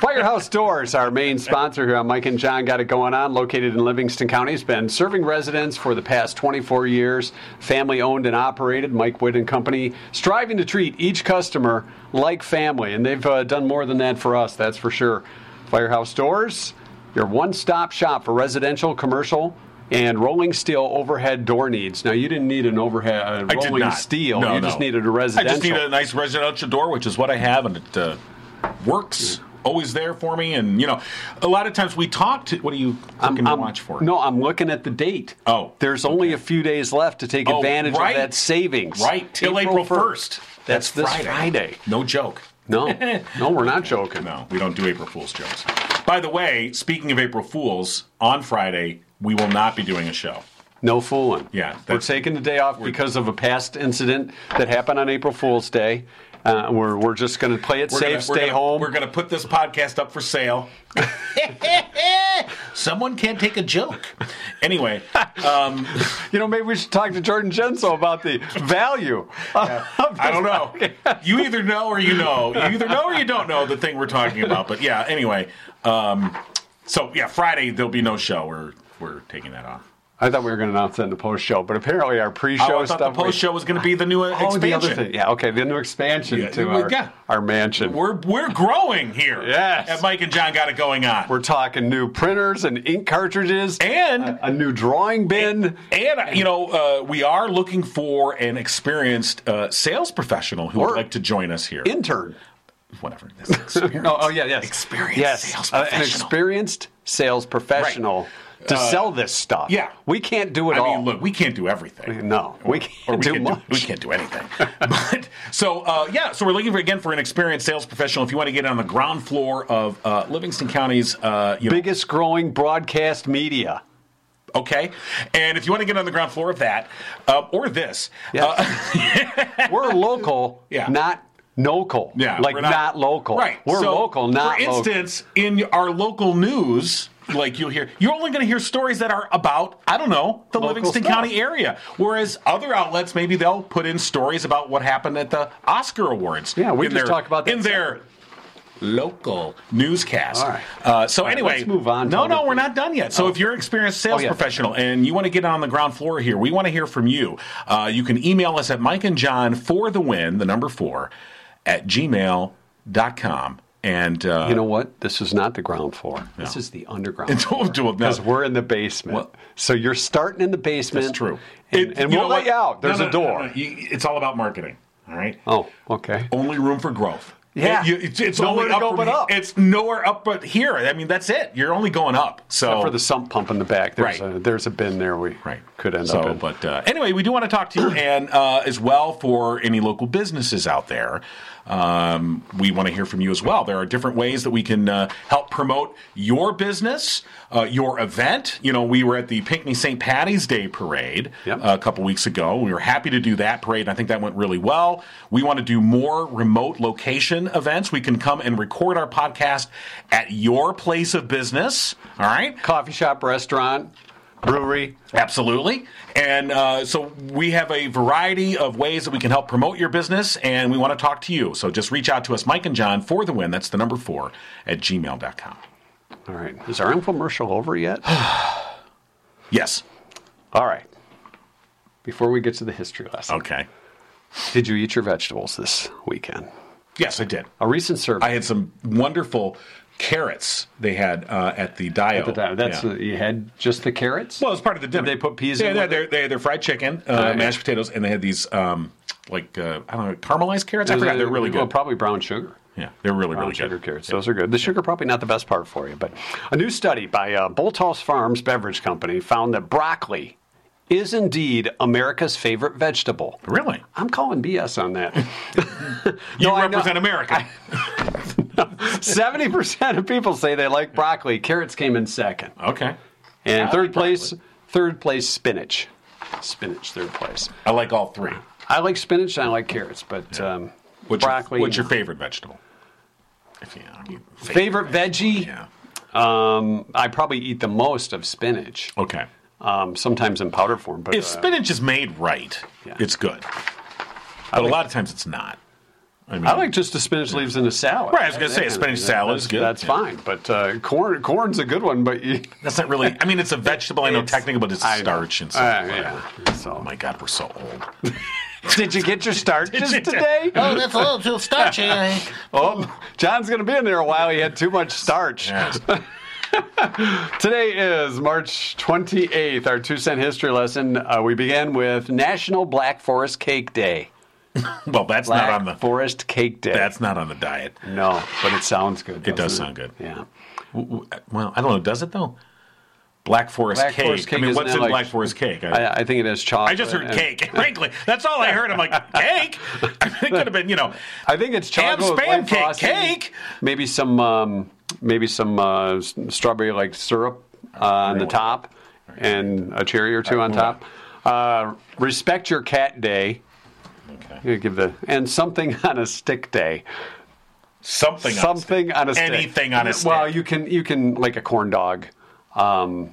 [SPEAKER 2] Firehouse Doors, our main sponsor here on Mike and John Got It Going On, located in Livingston County, has been serving residents for the past 24 years. Family owned and operated, Mike Witt and Company, striving to treat each customer like family. And they've uh, done more than that for us, that's for sure. Firehouse Doors, your one stop shop for residential, commercial, and rolling steel overhead door needs. Now, you didn't need an overhead uh,
[SPEAKER 3] I did
[SPEAKER 2] rolling
[SPEAKER 3] not.
[SPEAKER 2] steel,
[SPEAKER 3] No,
[SPEAKER 2] you just
[SPEAKER 3] no.
[SPEAKER 2] needed a
[SPEAKER 3] I
[SPEAKER 2] residential.
[SPEAKER 3] just need a nice residential door, which is what I have, and it uh, app
[SPEAKER 2] Mm.
[SPEAKER 3] works. Always there for me, and you know, a lot of times we talk to. What are you looking to watch for?
[SPEAKER 2] No, I'm looking at the date.
[SPEAKER 3] Oh,
[SPEAKER 2] There's only a few days left to take
[SPEAKER 3] Oh,
[SPEAKER 2] advantage
[SPEAKER 3] right.
[SPEAKER 2] of that savings.
[SPEAKER 3] right till April first.
[SPEAKER 2] That's, this Friday.
[SPEAKER 3] No joke.
[SPEAKER 2] No, no, we're not joking.
[SPEAKER 3] No, we don't do April Fool's jokes. By the way, speaking of April Fools, on Friday we will not be doing a show.
[SPEAKER 2] No fooling.
[SPEAKER 3] Yeah,
[SPEAKER 2] we're
[SPEAKER 3] that's-
[SPEAKER 2] taking the day off because of a past incident that happened on April Fool's Day. Uh, we're we're just going to play it
[SPEAKER 3] We're
[SPEAKER 2] safe,
[SPEAKER 3] gonna- we're
[SPEAKER 2] stay
[SPEAKER 3] gonna-
[SPEAKER 2] home.
[SPEAKER 3] We're going to put this podcast up for sale. Someone can't take a joke. Anyway, um,
[SPEAKER 2] you know, maybe we should talk to Jordan Genso about the value. of
[SPEAKER 3] I don't
[SPEAKER 2] this
[SPEAKER 3] know. You either know or you know. You either know or you don't know the thing we're talking about. But yeah, anyway. Um, so yeah, Friday there'll be no show. We're we're taking that off.
[SPEAKER 2] I thought we were going to announce that in the post show, but apparently our pre-show
[SPEAKER 3] Oh, I thought
[SPEAKER 2] stuff.
[SPEAKER 3] the post show was going to be the new uh,
[SPEAKER 2] Oh,
[SPEAKER 3] expansion.
[SPEAKER 2] the other thing. Yeah, okay, the new expansion
[SPEAKER 3] Yeah,
[SPEAKER 2] to
[SPEAKER 3] we-
[SPEAKER 2] our,
[SPEAKER 3] yeah.
[SPEAKER 2] our mansion. We're,
[SPEAKER 3] We're we're growing here.
[SPEAKER 2] Yes.
[SPEAKER 3] At Mike and John got it going on.
[SPEAKER 2] talking new printers and ink cartridges,
[SPEAKER 3] and
[SPEAKER 2] a, a new drawing bin.
[SPEAKER 3] and uh, you know uh, we are looking for an experienced uh, sales professional who
[SPEAKER 2] Or-
[SPEAKER 3] would like to join us here.
[SPEAKER 2] intern.
[SPEAKER 3] Whatever. That's experience.
[SPEAKER 2] No, oh yeah, yes.
[SPEAKER 3] Experienced
[SPEAKER 2] yes.
[SPEAKER 3] sales
[SPEAKER 2] uh, an
[SPEAKER 3] professional. Uh,
[SPEAKER 2] experienced sales professional to sell this stuff.
[SPEAKER 3] yeah.
[SPEAKER 2] we can't do it
[SPEAKER 3] I
[SPEAKER 2] all.
[SPEAKER 3] mean, look, we can't do everything.
[SPEAKER 2] no, we
[SPEAKER 3] Or
[SPEAKER 2] can't
[SPEAKER 3] we
[SPEAKER 2] do
[SPEAKER 3] can't
[SPEAKER 2] much.
[SPEAKER 3] do, we can't do anything. but so uh, yeah, so we're looking for again for an experienced sales professional. If you want to get on the ground floor of uh, Livingston County's, uh, you know,
[SPEAKER 2] Biggest growing broadcast media.
[SPEAKER 3] okay, and if you want to get on the ground floor of that uh, or this, uh,
[SPEAKER 2] Yes. we're local,
[SPEAKER 3] Yeah.
[SPEAKER 2] not local.
[SPEAKER 3] Yeah,
[SPEAKER 2] like
[SPEAKER 3] we're
[SPEAKER 2] not,
[SPEAKER 3] not-
[SPEAKER 2] local.
[SPEAKER 3] Right.
[SPEAKER 2] We're
[SPEAKER 3] So,
[SPEAKER 2] local, not
[SPEAKER 3] For instance, in our local news, like you'll hear, you're only going to hear stories that are about, I don't know, the
[SPEAKER 2] Local
[SPEAKER 3] Livingston
[SPEAKER 2] stuff.
[SPEAKER 3] County area. Whereas other outlets, maybe they'll put in stories about what happened at the Oscar Awards.
[SPEAKER 2] Yeah, we
[SPEAKER 3] in
[SPEAKER 2] just
[SPEAKER 3] their-
[SPEAKER 2] talk about that
[SPEAKER 3] in their local newscast.
[SPEAKER 2] All right.
[SPEAKER 3] Uh, so anyway,
[SPEAKER 2] let's move on to
[SPEAKER 3] No,
[SPEAKER 2] other
[SPEAKER 3] no, we're not done yet. So if you're an experienced sales
[SPEAKER 2] Oh, yeah.
[SPEAKER 3] professional and you want to get on the ground floor here, we want to hear from you. Uh, you can email us at Mike and John for the win, the number four, at gmail.com. And uh,
[SPEAKER 2] local. You know what? This is not the ground floor. This is the underground.
[SPEAKER 3] don't do it now.
[SPEAKER 2] Because we're in the basement.
[SPEAKER 3] Well-
[SPEAKER 2] so you're starting in the basement.
[SPEAKER 3] That's true.
[SPEAKER 2] And,
[SPEAKER 3] It-
[SPEAKER 2] and
[SPEAKER 3] you
[SPEAKER 2] we'll
[SPEAKER 3] know
[SPEAKER 2] let
[SPEAKER 3] what?
[SPEAKER 2] you out. There's
[SPEAKER 3] No, no,
[SPEAKER 2] a
[SPEAKER 3] no,
[SPEAKER 2] door.
[SPEAKER 3] no, no. You- It's all about marketing. All right.
[SPEAKER 2] Oh, okay.
[SPEAKER 3] Only room for growth.
[SPEAKER 2] Yeah.
[SPEAKER 3] It- you- it's it's
[SPEAKER 2] Nowhere
[SPEAKER 3] only
[SPEAKER 2] to
[SPEAKER 3] up,
[SPEAKER 2] go
[SPEAKER 3] from
[SPEAKER 2] but
[SPEAKER 3] he-
[SPEAKER 2] up.
[SPEAKER 3] It's nowhere up but here. I mean, that's it. You're only going up. So
[SPEAKER 2] Except for the sump pump in the back. There's,
[SPEAKER 3] Right.
[SPEAKER 2] a, there's a bin there we
[SPEAKER 3] right
[SPEAKER 2] could end
[SPEAKER 3] so,
[SPEAKER 2] up in.
[SPEAKER 3] but uh, anyway we do want to talk to you and uh, as well for any local businesses out there um, we want to hear from you as well there are different ways that we can uh, help promote your business uh, your event you know we were at the pinckney st patty's day parade uh,
[SPEAKER 2] Yep.
[SPEAKER 3] a couple weeks ago we were happy to do that parade and i think that went really well we want to do more remote location events we can come and record our podcast at your place of business all right
[SPEAKER 2] Coffee shop, restaurant, brewery.
[SPEAKER 3] Absolutely. And uh, so we have a variety of ways that we can help promote your business, and we want to talk to you. So just reach out to us, Mike and John, for the win. That's the number four at gmail.com.
[SPEAKER 2] All right. Is our infomercial over yet?
[SPEAKER 3] Yes.
[SPEAKER 2] All right. Before we get to the history lesson,
[SPEAKER 3] Okay.
[SPEAKER 2] did you eat your vegetables this weekend?
[SPEAKER 3] Yes, I did.
[SPEAKER 2] A recent survey.
[SPEAKER 3] I had some wonderful carrots they had uh, at the Dio.
[SPEAKER 2] at the time. That's
[SPEAKER 3] Yeah.
[SPEAKER 2] uh, you had just the carrots.
[SPEAKER 3] well, it's part of the dinner.
[SPEAKER 2] they put peas
[SPEAKER 3] Yeah,
[SPEAKER 2] in
[SPEAKER 3] they,
[SPEAKER 2] with
[SPEAKER 3] had their, they had their fried chicken, uh,
[SPEAKER 2] right.
[SPEAKER 3] mashed potatoes, and they had these, um, like, uh, I don't know, caramelized carrots? I
[SPEAKER 2] Those
[SPEAKER 3] forgot.
[SPEAKER 2] are-
[SPEAKER 3] They're really
[SPEAKER 2] Well,
[SPEAKER 3] good.
[SPEAKER 2] probably brown sugar.
[SPEAKER 3] Yeah, they're really,
[SPEAKER 2] Brown
[SPEAKER 3] really
[SPEAKER 2] sugar
[SPEAKER 3] good.
[SPEAKER 2] carrots. Those are good. The sugar probably not the best part for you, but a new study by uh, Bolthouse Farms Beverage Company found that broccoli is indeed America's favorite vegetable.
[SPEAKER 3] Really?
[SPEAKER 2] I'm calling BS on that.
[SPEAKER 3] You
[SPEAKER 2] No, I know-
[SPEAKER 3] represent America.
[SPEAKER 2] Seventy percent of people say they like broccoli. Carrots came in second,
[SPEAKER 3] okay.
[SPEAKER 2] and third place, third place, spinach. Spinach, third place.
[SPEAKER 3] I like all three.
[SPEAKER 2] I like spinach and I like carrots, but um,
[SPEAKER 3] What's
[SPEAKER 2] broccoli.
[SPEAKER 3] Your, what's your favorite vegetable? If you, I mean, favorite,
[SPEAKER 2] favorite veggie?
[SPEAKER 3] Yeah.
[SPEAKER 2] Um, I probably eat the most of spinach.
[SPEAKER 3] Okay.
[SPEAKER 2] Um, sometimes in powder form, but
[SPEAKER 3] If
[SPEAKER 2] uh,
[SPEAKER 3] spinach is made right,
[SPEAKER 2] Yeah.
[SPEAKER 3] it's good. But a lot of times it's not. I mean,
[SPEAKER 2] I like just the spinach leaves in a salad.
[SPEAKER 3] Right, I was gonna say,
[SPEAKER 2] That-
[SPEAKER 3] spinach
[SPEAKER 2] that-
[SPEAKER 3] salad
[SPEAKER 2] that's-
[SPEAKER 3] is good,
[SPEAKER 2] That's
[SPEAKER 3] yeah.
[SPEAKER 2] fine, but uh, corn corn's a good one. But you,
[SPEAKER 3] that's not really. I mean, it's a vegetable. I know technically, but it's
[SPEAKER 2] I-
[SPEAKER 3] starch and
[SPEAKER 2] uh,
[SPEAKER 3] stuff.
[SPEAKER 2] yeah.
[SPEAKER 3] Oh
[SPEAKER 2] So,
[SPEAKER 3] my God, we're so old.
[SPEAKER 2] did you get your starches
[SPEAKER 3] you-
[SPEAKER 2] today?
[SPEAKER 5] Oh, that's a little too starchy. I-
[SPEAKER 2] Oh, John's going to be in there a while. He had too much starch.
[SPEAKER 3] Yes.
[SPEAKER 2] Today is March 28th, our two cent history lesson. Uh, we began with National Black Forest Cake Day.
[SPEAKER 3] Well, that's
[SPEAKER 2] Black
[SPEAKER 3] not on the
[SPEAKER 2] Forest Cake Day.
[SPEAKER 3] that's not on the diet.
[SPEAKER 2] no, but it sounds good.
[SPEAKER 3] It does
[SPEAKER 2] doesn't
[SPEAKER 3] sound good.
[SPEAKER 2] Yeah.
[SPEAKER 3] W- w- Well, I don't know. Does it though? Black Forest
[SPEAKER 2] Black
[SPEAKER 3] cake.
[SPEAKER 2] Forest
[SPEAKER 3] I
[SPEAKER 2] cake
[SPEAKER 3] mean,
[SPEAKER 2] isn't
[SPEAKER 3] what's
[SPEAKER 2] that
[SPEAKER 3] in
[SPEAKER 2] like-
[SPEAKER 3] Black Forest cake? I,
[SPEAKER 2] I, I think it is chocolate.
[SPEAKER 3] I just heard
[SPEAKER 2] and-
[SPEAKER 3] cake. Frankly, that's all I heard. I'm like cake. I mean, it could have been, you know,
[SPEAKER 2] I think it's
[SPEAKER 3] Ham
[SPEAKER 2] chocolate with
[SPEAKER 3] spam
[SPEAKER 2] white
[SPEAKER 3] cake,
[SPEAKER 2] frosting.
[SPEAKER 3] cake.
[SPEAKER 2] Maybe some, um, maybe some uh, s- strawberry like syrup uh, on the top, and a cherry or two on top. Uh, respect your cat day. You give the and something on a stick day.
[SPEAKER 3] something. else.
[SPEAKER 2] Something on a stick.
[SPEAKER 3] Anything on a stick.
[SPEAKER 2] Well, you can you can like a corn dog. Um,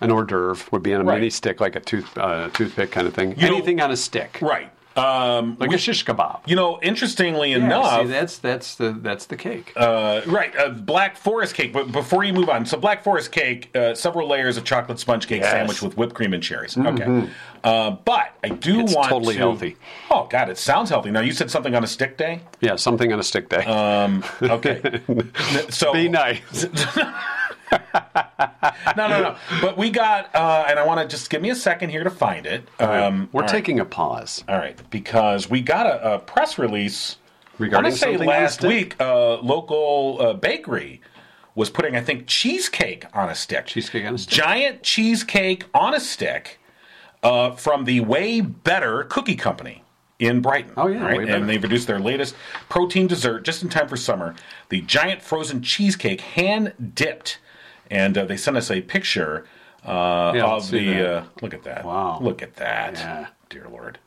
[SPEAKER 2] an hors d'oeuvre would be on a mini
[SPEAKER 3] Right.
[SPEAKER 2] stick, like a tooth uh, toothpick kind of thing.
[SPEAKER 3] You know-
[SPEAKER 2] Anything on a stick,
[SPEAKER 3] right. Um,
[SPEAKER 2] like a shish kebab.
[SPEAKER 3] you know, interestingly
[SPEAKER 2] Yeah,
[SPEAKER 3] enough,
[SPEAKER 2] see, that's that's the that's the cake.
[SPEAKER 3] uh, right, uh, Black Forest cake. But before you move on, so Black Forest cake, uh, several layers of chocolate sponge cake
[SPEAKER 2] Yes.
[SPEAKER 3] sandwich with whipped cream and cherries.
[SPEAKER 2] Mm-hmm.
[SPEAKER 3] Okay, uh, but I do
[SPEAKER 2] It's
[SPEAKER 3] want
[SPEAKER 2] totally
[SPEAKER 3] to-
[SPEAKER 2] healthy.
[SPEAKER 3] Oh God, it sounds healthy. Now you said something on a stick day.
[SPEAKER 2] yeah, something on a stick day.
[SPEAKER 3] uh, Okay, so
[SPEAKER 2] Be nice.
[SPEAKER 3] No, no, no. But we got, uh, and I want to just give me a second here to find it. Um,
[SPEAKER 2] We're
[SPEAKER 3] all right.
[SPEAKER 2] taking a pause.
[SPEAKER 3] all right because we got a, a press release. I
[SPEAKER 2] Regarding
[SPEAKER 3] want to say
[SPEAKER 2] something
[SPEAKER 3] last
[SPEAKER 2] on a stick?
[SPEAKER 3] week, uh, local uh, bakery was putting, I think, cheesecake on a stick.
[SPEAKER 2] Cheesecake on a stick.
[SPEAKER 3] Giant cheesecake on a stick uh, from the Way Better Cookie Company in Brighton.
[SPEAKER 2] Oh, yeah,
[SPEAKER 3] All
[SPEAKER 2] Way
[SPEAKER 3] right?
[SPEAKER 2] Better.
[SPEAKER 3] And they've reduced their latest protein dessert just in time for summer. The giant frozen cheesecake, hand dipped, and uh, they sent us a picture uh,
[SPEAKER 2] Yeah, let's
[SPEAKER 3] of
[SPEAKER 2] see
[SPEAKER 3] the.
[SPEAKER 2] that.
[SPEAKER 3] Uh, look at that!
[SPEAKER 2] Wow.
[SPEAKER 3] Look at that!
[SPEAKER 2] Yeah.
[SPEAKER 3] Dear Lord!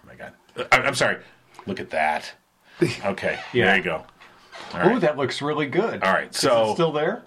[SPEAKER 3] Oh my God! Uh, I, I'm sorry. Look at that. Okay, there you go.
[SPEAKER 2] Oh, that looks really good.
[SPEAKER 3] All right, so
[SPEAKER 2] still there?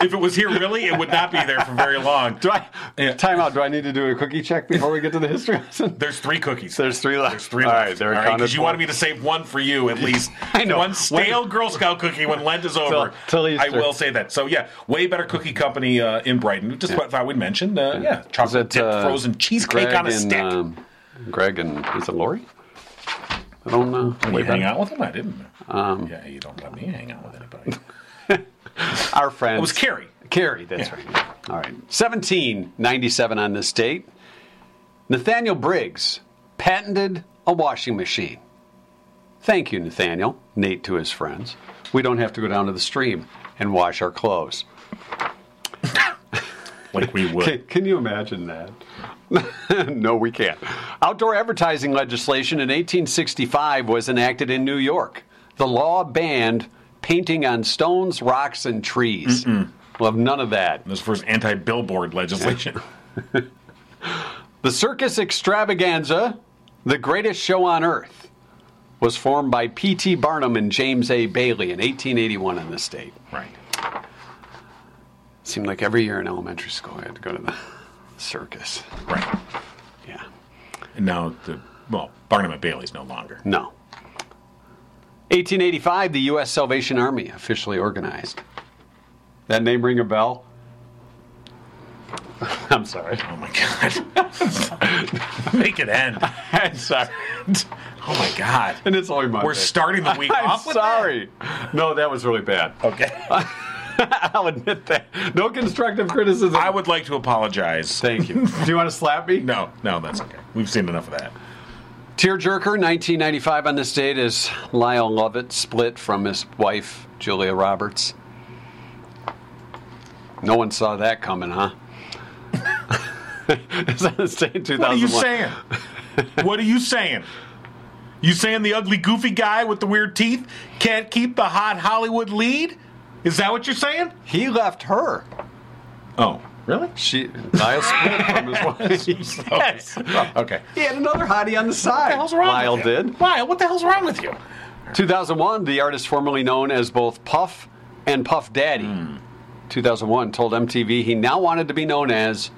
[SPEAKER 3] if it was here, really, it would not be there for very long.
[SPEAKER 2] Do I time out? Do I need to do a cookie check before we get to the history lesson?
[SPEAKER 3] There's three cookies.
[SPEAKER 2] There's three left.
[SPEAKER 3] There's three
[SPEAKER 2] All
[SPEAKER 3] left.
[SPEAKER 2] right, they're
[SPEAKER 3] All right,
[SPEAKER 2] accounted
[SPEAKER 3] you
[SPEAKER 2] for.
[SPEAKER 3] wanted me to save one for you at least.
[SPEAKER 2] I know.
[SPEAKER 3] One stale Girl Scout cookie when Lent is over.
[SPEAKER 2] till Easter.
[SPEAKER 3] I will say that. So yeah, way better cookie company uh, in Brighton. Just what I thought we'd mention. Uh, yeah. chocolate
[SPEAKER 2] Is it,
[SPEAKER 3] dipped
[SPEAKER 2] uh,
[SPEAKER 3] frozen cheesecake
[SPEAKER 2] Greg
[SPEAKER 3] on a
[SPEAKER 2] and,
[SPEAKER 3] stick.
[SPEAKER 2] um, Greg and is it Lori? I don't know.
[SPEAKER 3] Will you hang out with him? I didn't.
[SPEAKER 2] Um,
[SPEAKER 3] yeah, you don't let me hang out with anybody. it
[SPEAKER 2] Our friends.
[SPEAKER 3] was Carrie.
[SPEAKER 2] Carrie, that's right. All right. 1797 on this date, Nathaniel Briggs patented a washing machine. Thank you, Nathaniel, Nate to his friends. We don't have to go down to the stream and wash our clothes.
[SPEAKER 3] Like we would.
[SPEAKER 2] Can, can you imagine that? no, we can't. Outdoor advertising legislation in 1865 was enacted in New York. The law banned painting on stones, rocks, and trees. Love none of that.
[SPEAKER 3] This first anti-billboard legislation.
[SPEAKER 2] The Circus Extravaganza, the greatest show on earth, was formed by P.T. Barnum and James A. Bailey in 1881 in this state.
[SPEAKER 3] right.
[SPEAKER 2] Seemed like every year in elementary school I had to go to the circus.
[SPEAKER 3] Right.
[SPEAKER 2] Yeah.
[SPEAKER 3] And now the well, Barnum and Bailey's no longer.
[SPEAKER 2] No. 1885, the U.S. Salvation Army officially organized. That name ring a bell? I'm sorry.
[SPEAKER 3] Oh my god. Make it end.
[SPEAKER 2] I'm sorry.
[SPEAKER 3] Oh my god.
[SPEAKER 2] And it's only my
[SPEAKER 3] We're
[SPEAKER 2] bad.
[SPEAKER 3] starting the week
[SPEAKER 2] I'm
[SPEAKER 3] off with
[SPEAKER 2] sorry. No, that was really bad.
[SPEAKER 3] that? Okay.
[SPEAKER 2] I'll admit that. No constructive criticism.
[SPEAKER 3] I would like to apologize.
[SPEAKER 2] Thank you. Do you want to slap me?
[SPEAKER 3] No, no, that's okay. We've seen enough of that.
[SPEAKER 2] Tearjerker, 1995 on this date as Lyle Lovett split from his wife, Julia Roberts. No one saw that coming, huh? It's on this date in 2001.
[SPEAKER 3] What are you saying? what are you saying? You saying the ugly goofy guy with the weird teeth can't keep the hot Hollywood lead? Is that what you're saying?
[SPEAKER 2] He left her.
[SPEAKER 3] Oh, really?
[SPEAKER 2] She Lyle split from his wife. yes.
[SPEAKER 3] Okay.
[SPEAKER 2] He had another hottie on the side.
[SPEAKER 3] What the hell's wrong
[SPEAKER 2] Lyle
[SPEAKER 3] with you?
[SPEAKER 2] did.
[SPEAKER 3] Lyle, what the hell's wrong with you?
[SPEAKER 2] 2001, the artist formerly known as both Puff and Puff Daddy,
[SPEAKER 3] Hmm.
[SPEAKER 2] 2001 told MTV he now wanted to be known as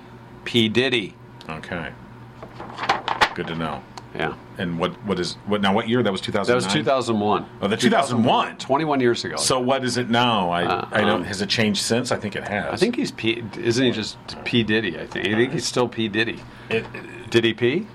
[SPEAKER 2] P. Diddy.
[SPEAKER 3] Okay. Good to know.
[SPEAKER 2] Yeah.
[SPEAKER 3] And what what is what now what year? That was 2009.
[SPEAKER 2] That was 2001.
[SPEAKER 3] Oh, the 2001.
[SPEAKER 2] 21 years ago.
[SPEAKER 3] So what is it now? I, I
[SPEAKER 2] um,
[SPEAKER 3] don't. Has it changed since? I think it has.
[SPEAKER 2] I think he's P. Isn't he just P. Diddy? I think. I think he's still P. Diddy. Diddy P?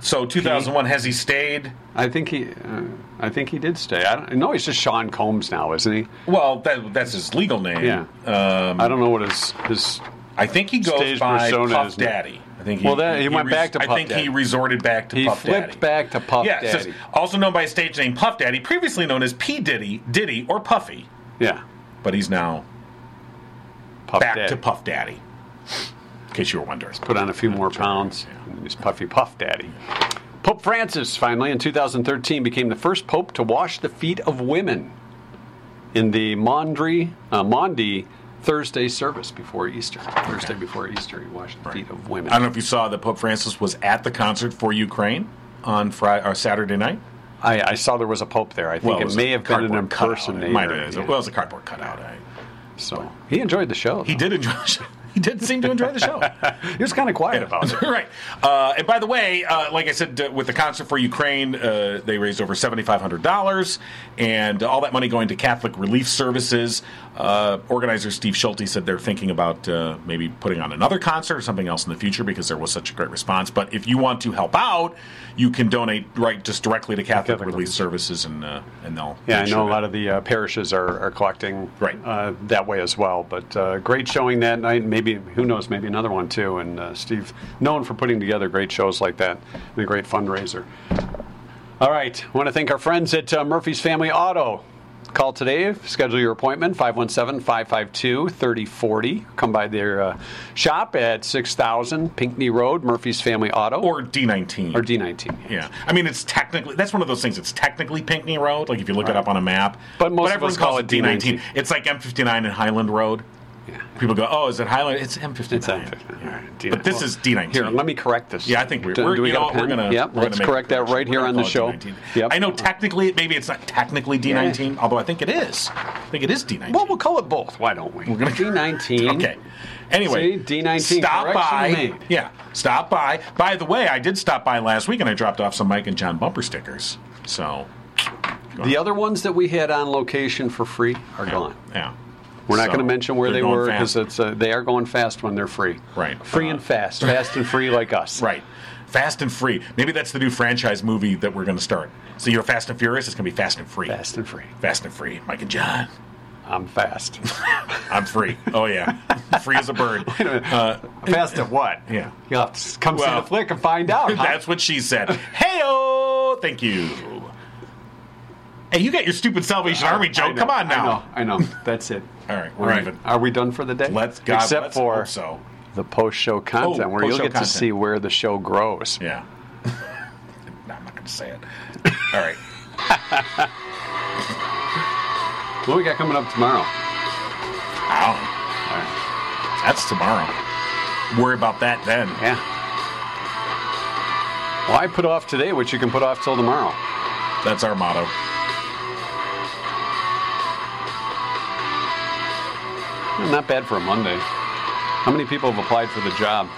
[SPEAKER 3] so. 2001. Has he stayed?
[SPEAKER 2] I think he. Uh, I think he did stay. I don't. No, he's just Sean Combs now, isn't he?
[SPEAKER 3] Well, that, that's his legal name.
[SPEAKER 2] Yeah.
[SPEAKER 3] Um,
[SPEAKER 2] I don't know what his his
[SPEAKER 3] I think he goes
[SPEAKER 2] stage
[SPEAKER 3] by
[SPEAKER 2] persona
[SPEAKER 3] Puff
[SPEAKER 2] is now-
[SPEAKER 3] Daddy. I think he,
[SPEAKER 2] Well, then he went back to
[SPEAKER 3] I
[SPEAKER 2] Puff
[SPEAKER 3] think he
[SPEAKER 2] Daddy.
[SPEAKER 3] resorted back to
[SPEAKER 2] He
[SPEAKER 3] Puff Daddy.
[SPEAKER 2] flipped back to Puff
[SPEAKER 3] yeah, it says,
[SPEAKER 2] Daddy.
[SPEAKER 3] also known by his stage name Puff Daddy, previously known as P Diddy, Diddy, or Puffy,
[SPEAKER 2] Yeah.
[SPEAKER 3] but he's now
[SPEAKER 2] Puff
[SPEAKER 3] back
[SPEAKER 2] Daddy.
[SPEAKER 3] to Puff Daddy. In case you were wondering.
[SPEAKER 2] put on a few more pounds. He's Puffy Puff Daddy. Pope Francis finally in 2013 became the first pope to wash the feet of women in the Maundry, uh, Maundy Thursday service before Easter. Thursday before Easter, he washed the feet of women.
[SPEAKER 3] I don't know if you saw that Pope Francis was at the concert for Ukraine on Friday or Saturday night.
[SPEAKER 2] I, I saw there was a pope there. I think
[SPEAKER 3] was
[SPEAKER 2] it
[SPEAKER 3] a
[SPEAKER 2] may have been an
[SPEAKER 3] cardboard cutout. It
[SPEAKER 2] impersonator.
[SPEAKER 3] might have been.
[SPEAKER 2] Yeah.
[SPEAKER 3] Well, it was a cardboard cutout. I-
[SPEAKER 2] so he enjoyed the show.
[SPEAKER 3] He
[SPEAKER 2] though.
[SPEAKER 3] did enjoy. The show. He did seem to enjoy the show.
[SPEAKER 2] He was kind of quiet about it.
[SPEAKER 3] right. Uh, and by the way, uh, like I said, uh, with the concert for Ukraine, uh, they raised over $7,500, and all that money going to Catholic Relief Services. Uh, organizer Steve Schulte said they're thinking about uh, maybe putting on another concert or something else in the future because there was such a great response. But if you want to help out, you can donate right just directly to Catholic,
[SPEAKER 2] Catholic
[SPEAKER 3] Relief Services, and uh, and they'll
[SPEAKER 2] Yeah, I
[SPEAKER 3] make
[SPEAKER 2] know
[SPEAKER 3] sure
[SPEAKER 2] a
[SPEAKER 3] that-
[SPEAKER 2] lot of the uh, parishes are, are collecting
[SPEAKER 3] Right.
[SPEAKER 2] uh, that way as well. But uh, great showing that night. Maybe who knows? Maybe another one too. And uh, Steve, known for putting together great shows like that and a great fundraiser. All right, want to thank our friends at uh, Murphy's Family Auto. Call today, schedule your appointment, 517 552 3040. Come by their uh, shop at 6000 Pinckney Road, Murphy's Family Auto,
[SPEAKER 3] Or D19.
[SPEAKER 2] or D19.
[SPEAKER 3] Yeah, I mean it's technically that's one of those things. It's technically Pinckney Road, like if you look it up on a map.
[SPEAKER 2] But most of
[SPEAKER 3] everyone
[SPEAKER 2] us call it
[SPEAKER 3] D19.
[SPEAKER 2] D19.
[SPEAKER 3] It's like M59 and Highland Road. People go, oh, is it Highland? It's M59.
[SPEAKER 2] It's M59.
[SPEAKER 3] Yeah.
[SPEAKER 2] All right, D-
[SPEAKER 3] But this is D19.
[SPEAKER 2] Here, let me correct this.
[SPEAKER 3] Yeah, I think we're,
[SPEAKER 2] Do-
[SPEAKER 3] we're,
[SPEAKER 2] do we
[SPEAKER 3] you
[SPEAKER 2] got
[SPEAKER 3] know
[SPEAKER 2] a
[SPEAKER 3] what, we're
[SPEAKER 2] pen?
[SPEAKER 3] gonna.
[SPEAKER 2] Yep,
[SPEAKER 3] we're gonna
[SPEAKER 2] let's
[SPEAKER 3] make a
[SPEAKER 2] correct that
[SPEAKER 3] correction.
[SPEAKER 2] right
[SPEAKER 3] We're
[SPEAKER 2] here
[SPEAKER 3] gonna
[SPEAKER 2] on the
[SPEAKER 3] call
[SPEAKER 2] show.
[SPEAKER 3] it D19.
[SPEAKER 2] Yep.
[SPEAKER 3] I know technically, maybe it's not technically D19, although I think it is. I think it is D19.
[SPEAKER 2] Well, we'll call it both. Why don't we? We're
[SPEAKER 3] gonna-
[SPEAKER 2] D19.
[SPEAKER 3] Okay. Anyway,
[SPEAKER 2] See, D19,
[SPEAKER 3] Stop
[SPEAKER 2] correction
[SPEAKER 3] by.
[SPEAKER 2] made.
[SPEAKER 3] Yeah, stop by. By the way, I did stop by last week and I dropped off some Mike and John bumper stickers. So
[SPEAKER 2] The other ones that we had on location for free are gone.
[SPEAKER 3] yeah,
[SPEAKER 2] We're not
[SPEAKER 3] So,
[SPEAKER 2] going to mention where
[SPEAKER 3] they're
[SPEAKER 2] they
[SPEAKER 3] going
[SPEAKER 2] were
[SPEAKER 3] fast.
[SPEAKER 2] because it's uh, they are going fast when they're free.
[SPEAKER 3] Right. Uh,
[SPEAKER 2] Free and fast, fast and free like us.
[SPEAKER 3] right. Fast and Free. Maybe that's the new franchise movie that we're going to start. So you know, Fast and Furious. It's going to be Fast and Free.
[SPEAKER 2] Fast and free.
[SPEAKER 3] Fast and Free. Mike and John.
[SPEAKER 2] I'm fast.
[SPEAKER 3] I'm free. Oh yeah, free as a bird. Uh,
[SPEAKER 2] fast at what?
[SPEAKER 3] yeah.
[SPEAKER 2] You'll have to come see
[SPEAKER 3] Well,
[SPEAKER 2] the flick and find out. huh?
[SPEAKER 3] That's what she said. Hey, oh, thank you. Hey, you got your stupid Salvation Army
[SPEAKER 2] I
[SPEAKER 3] joke.
[SPEAKER 2] know,
[SPEAKER 3] Come on now.
[SPEAKER 2] I know. I know. That's it.
[SPEAKER 3] All right,
[SPEAKER 2] We're
[SPEAKER 3] all right.
[SPEAKER 2] even. Are we done for the day?
[SPEAKER 3] Let's God,
[SPEAKER 2] Except
[SPEAKER 3] let's
[SPEAKER 2] for
[SPEAKER 3] hope so.
[SPEAKER 2] the Oh, post-show content, where you'll
[SPEAKER 3] post-show
[SPEAKER 2] get
[SPEAKER 3] content.
[SPEAKER 2] to see where the show grows.
[SPEAKER 3] Yeah. No, I'm not going to say it. All right.
[SPEAKER 2] What do we got coming up tomorrow?
[SPEAKER 3] Ow.
[SPEAKER 2] All right.
[SPEAKER 3] Oh, That's tomorrow. Worry about that then.
[SPEAKER 2] Yeah. Why put off today what you can put off till tomorrow?
[SPEAKER 3] That's our motto.
[SPEAKER 2] Not bad for a Monday. How many people have applied for the job?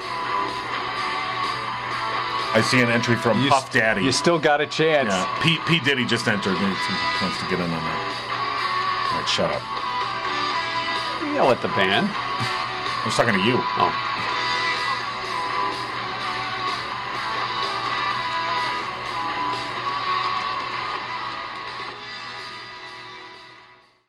[SPEAKER 3] I see an entry from
[SPEAKER 2] You
[SPEAKER 3] Puff
[SPEAKER 2] s-
[SPEAKER 3] Daddy.
[SPEAKER 2] You still got a chance.
[SPEAKER 3] yeah. P, P. Diddy just entered. He wants to get in on that. All right, shut up.
[SPEAKER 2] Yell at the band.
[SPEAKER 3] I was talking to you.
[SPEAKER 2] Oh.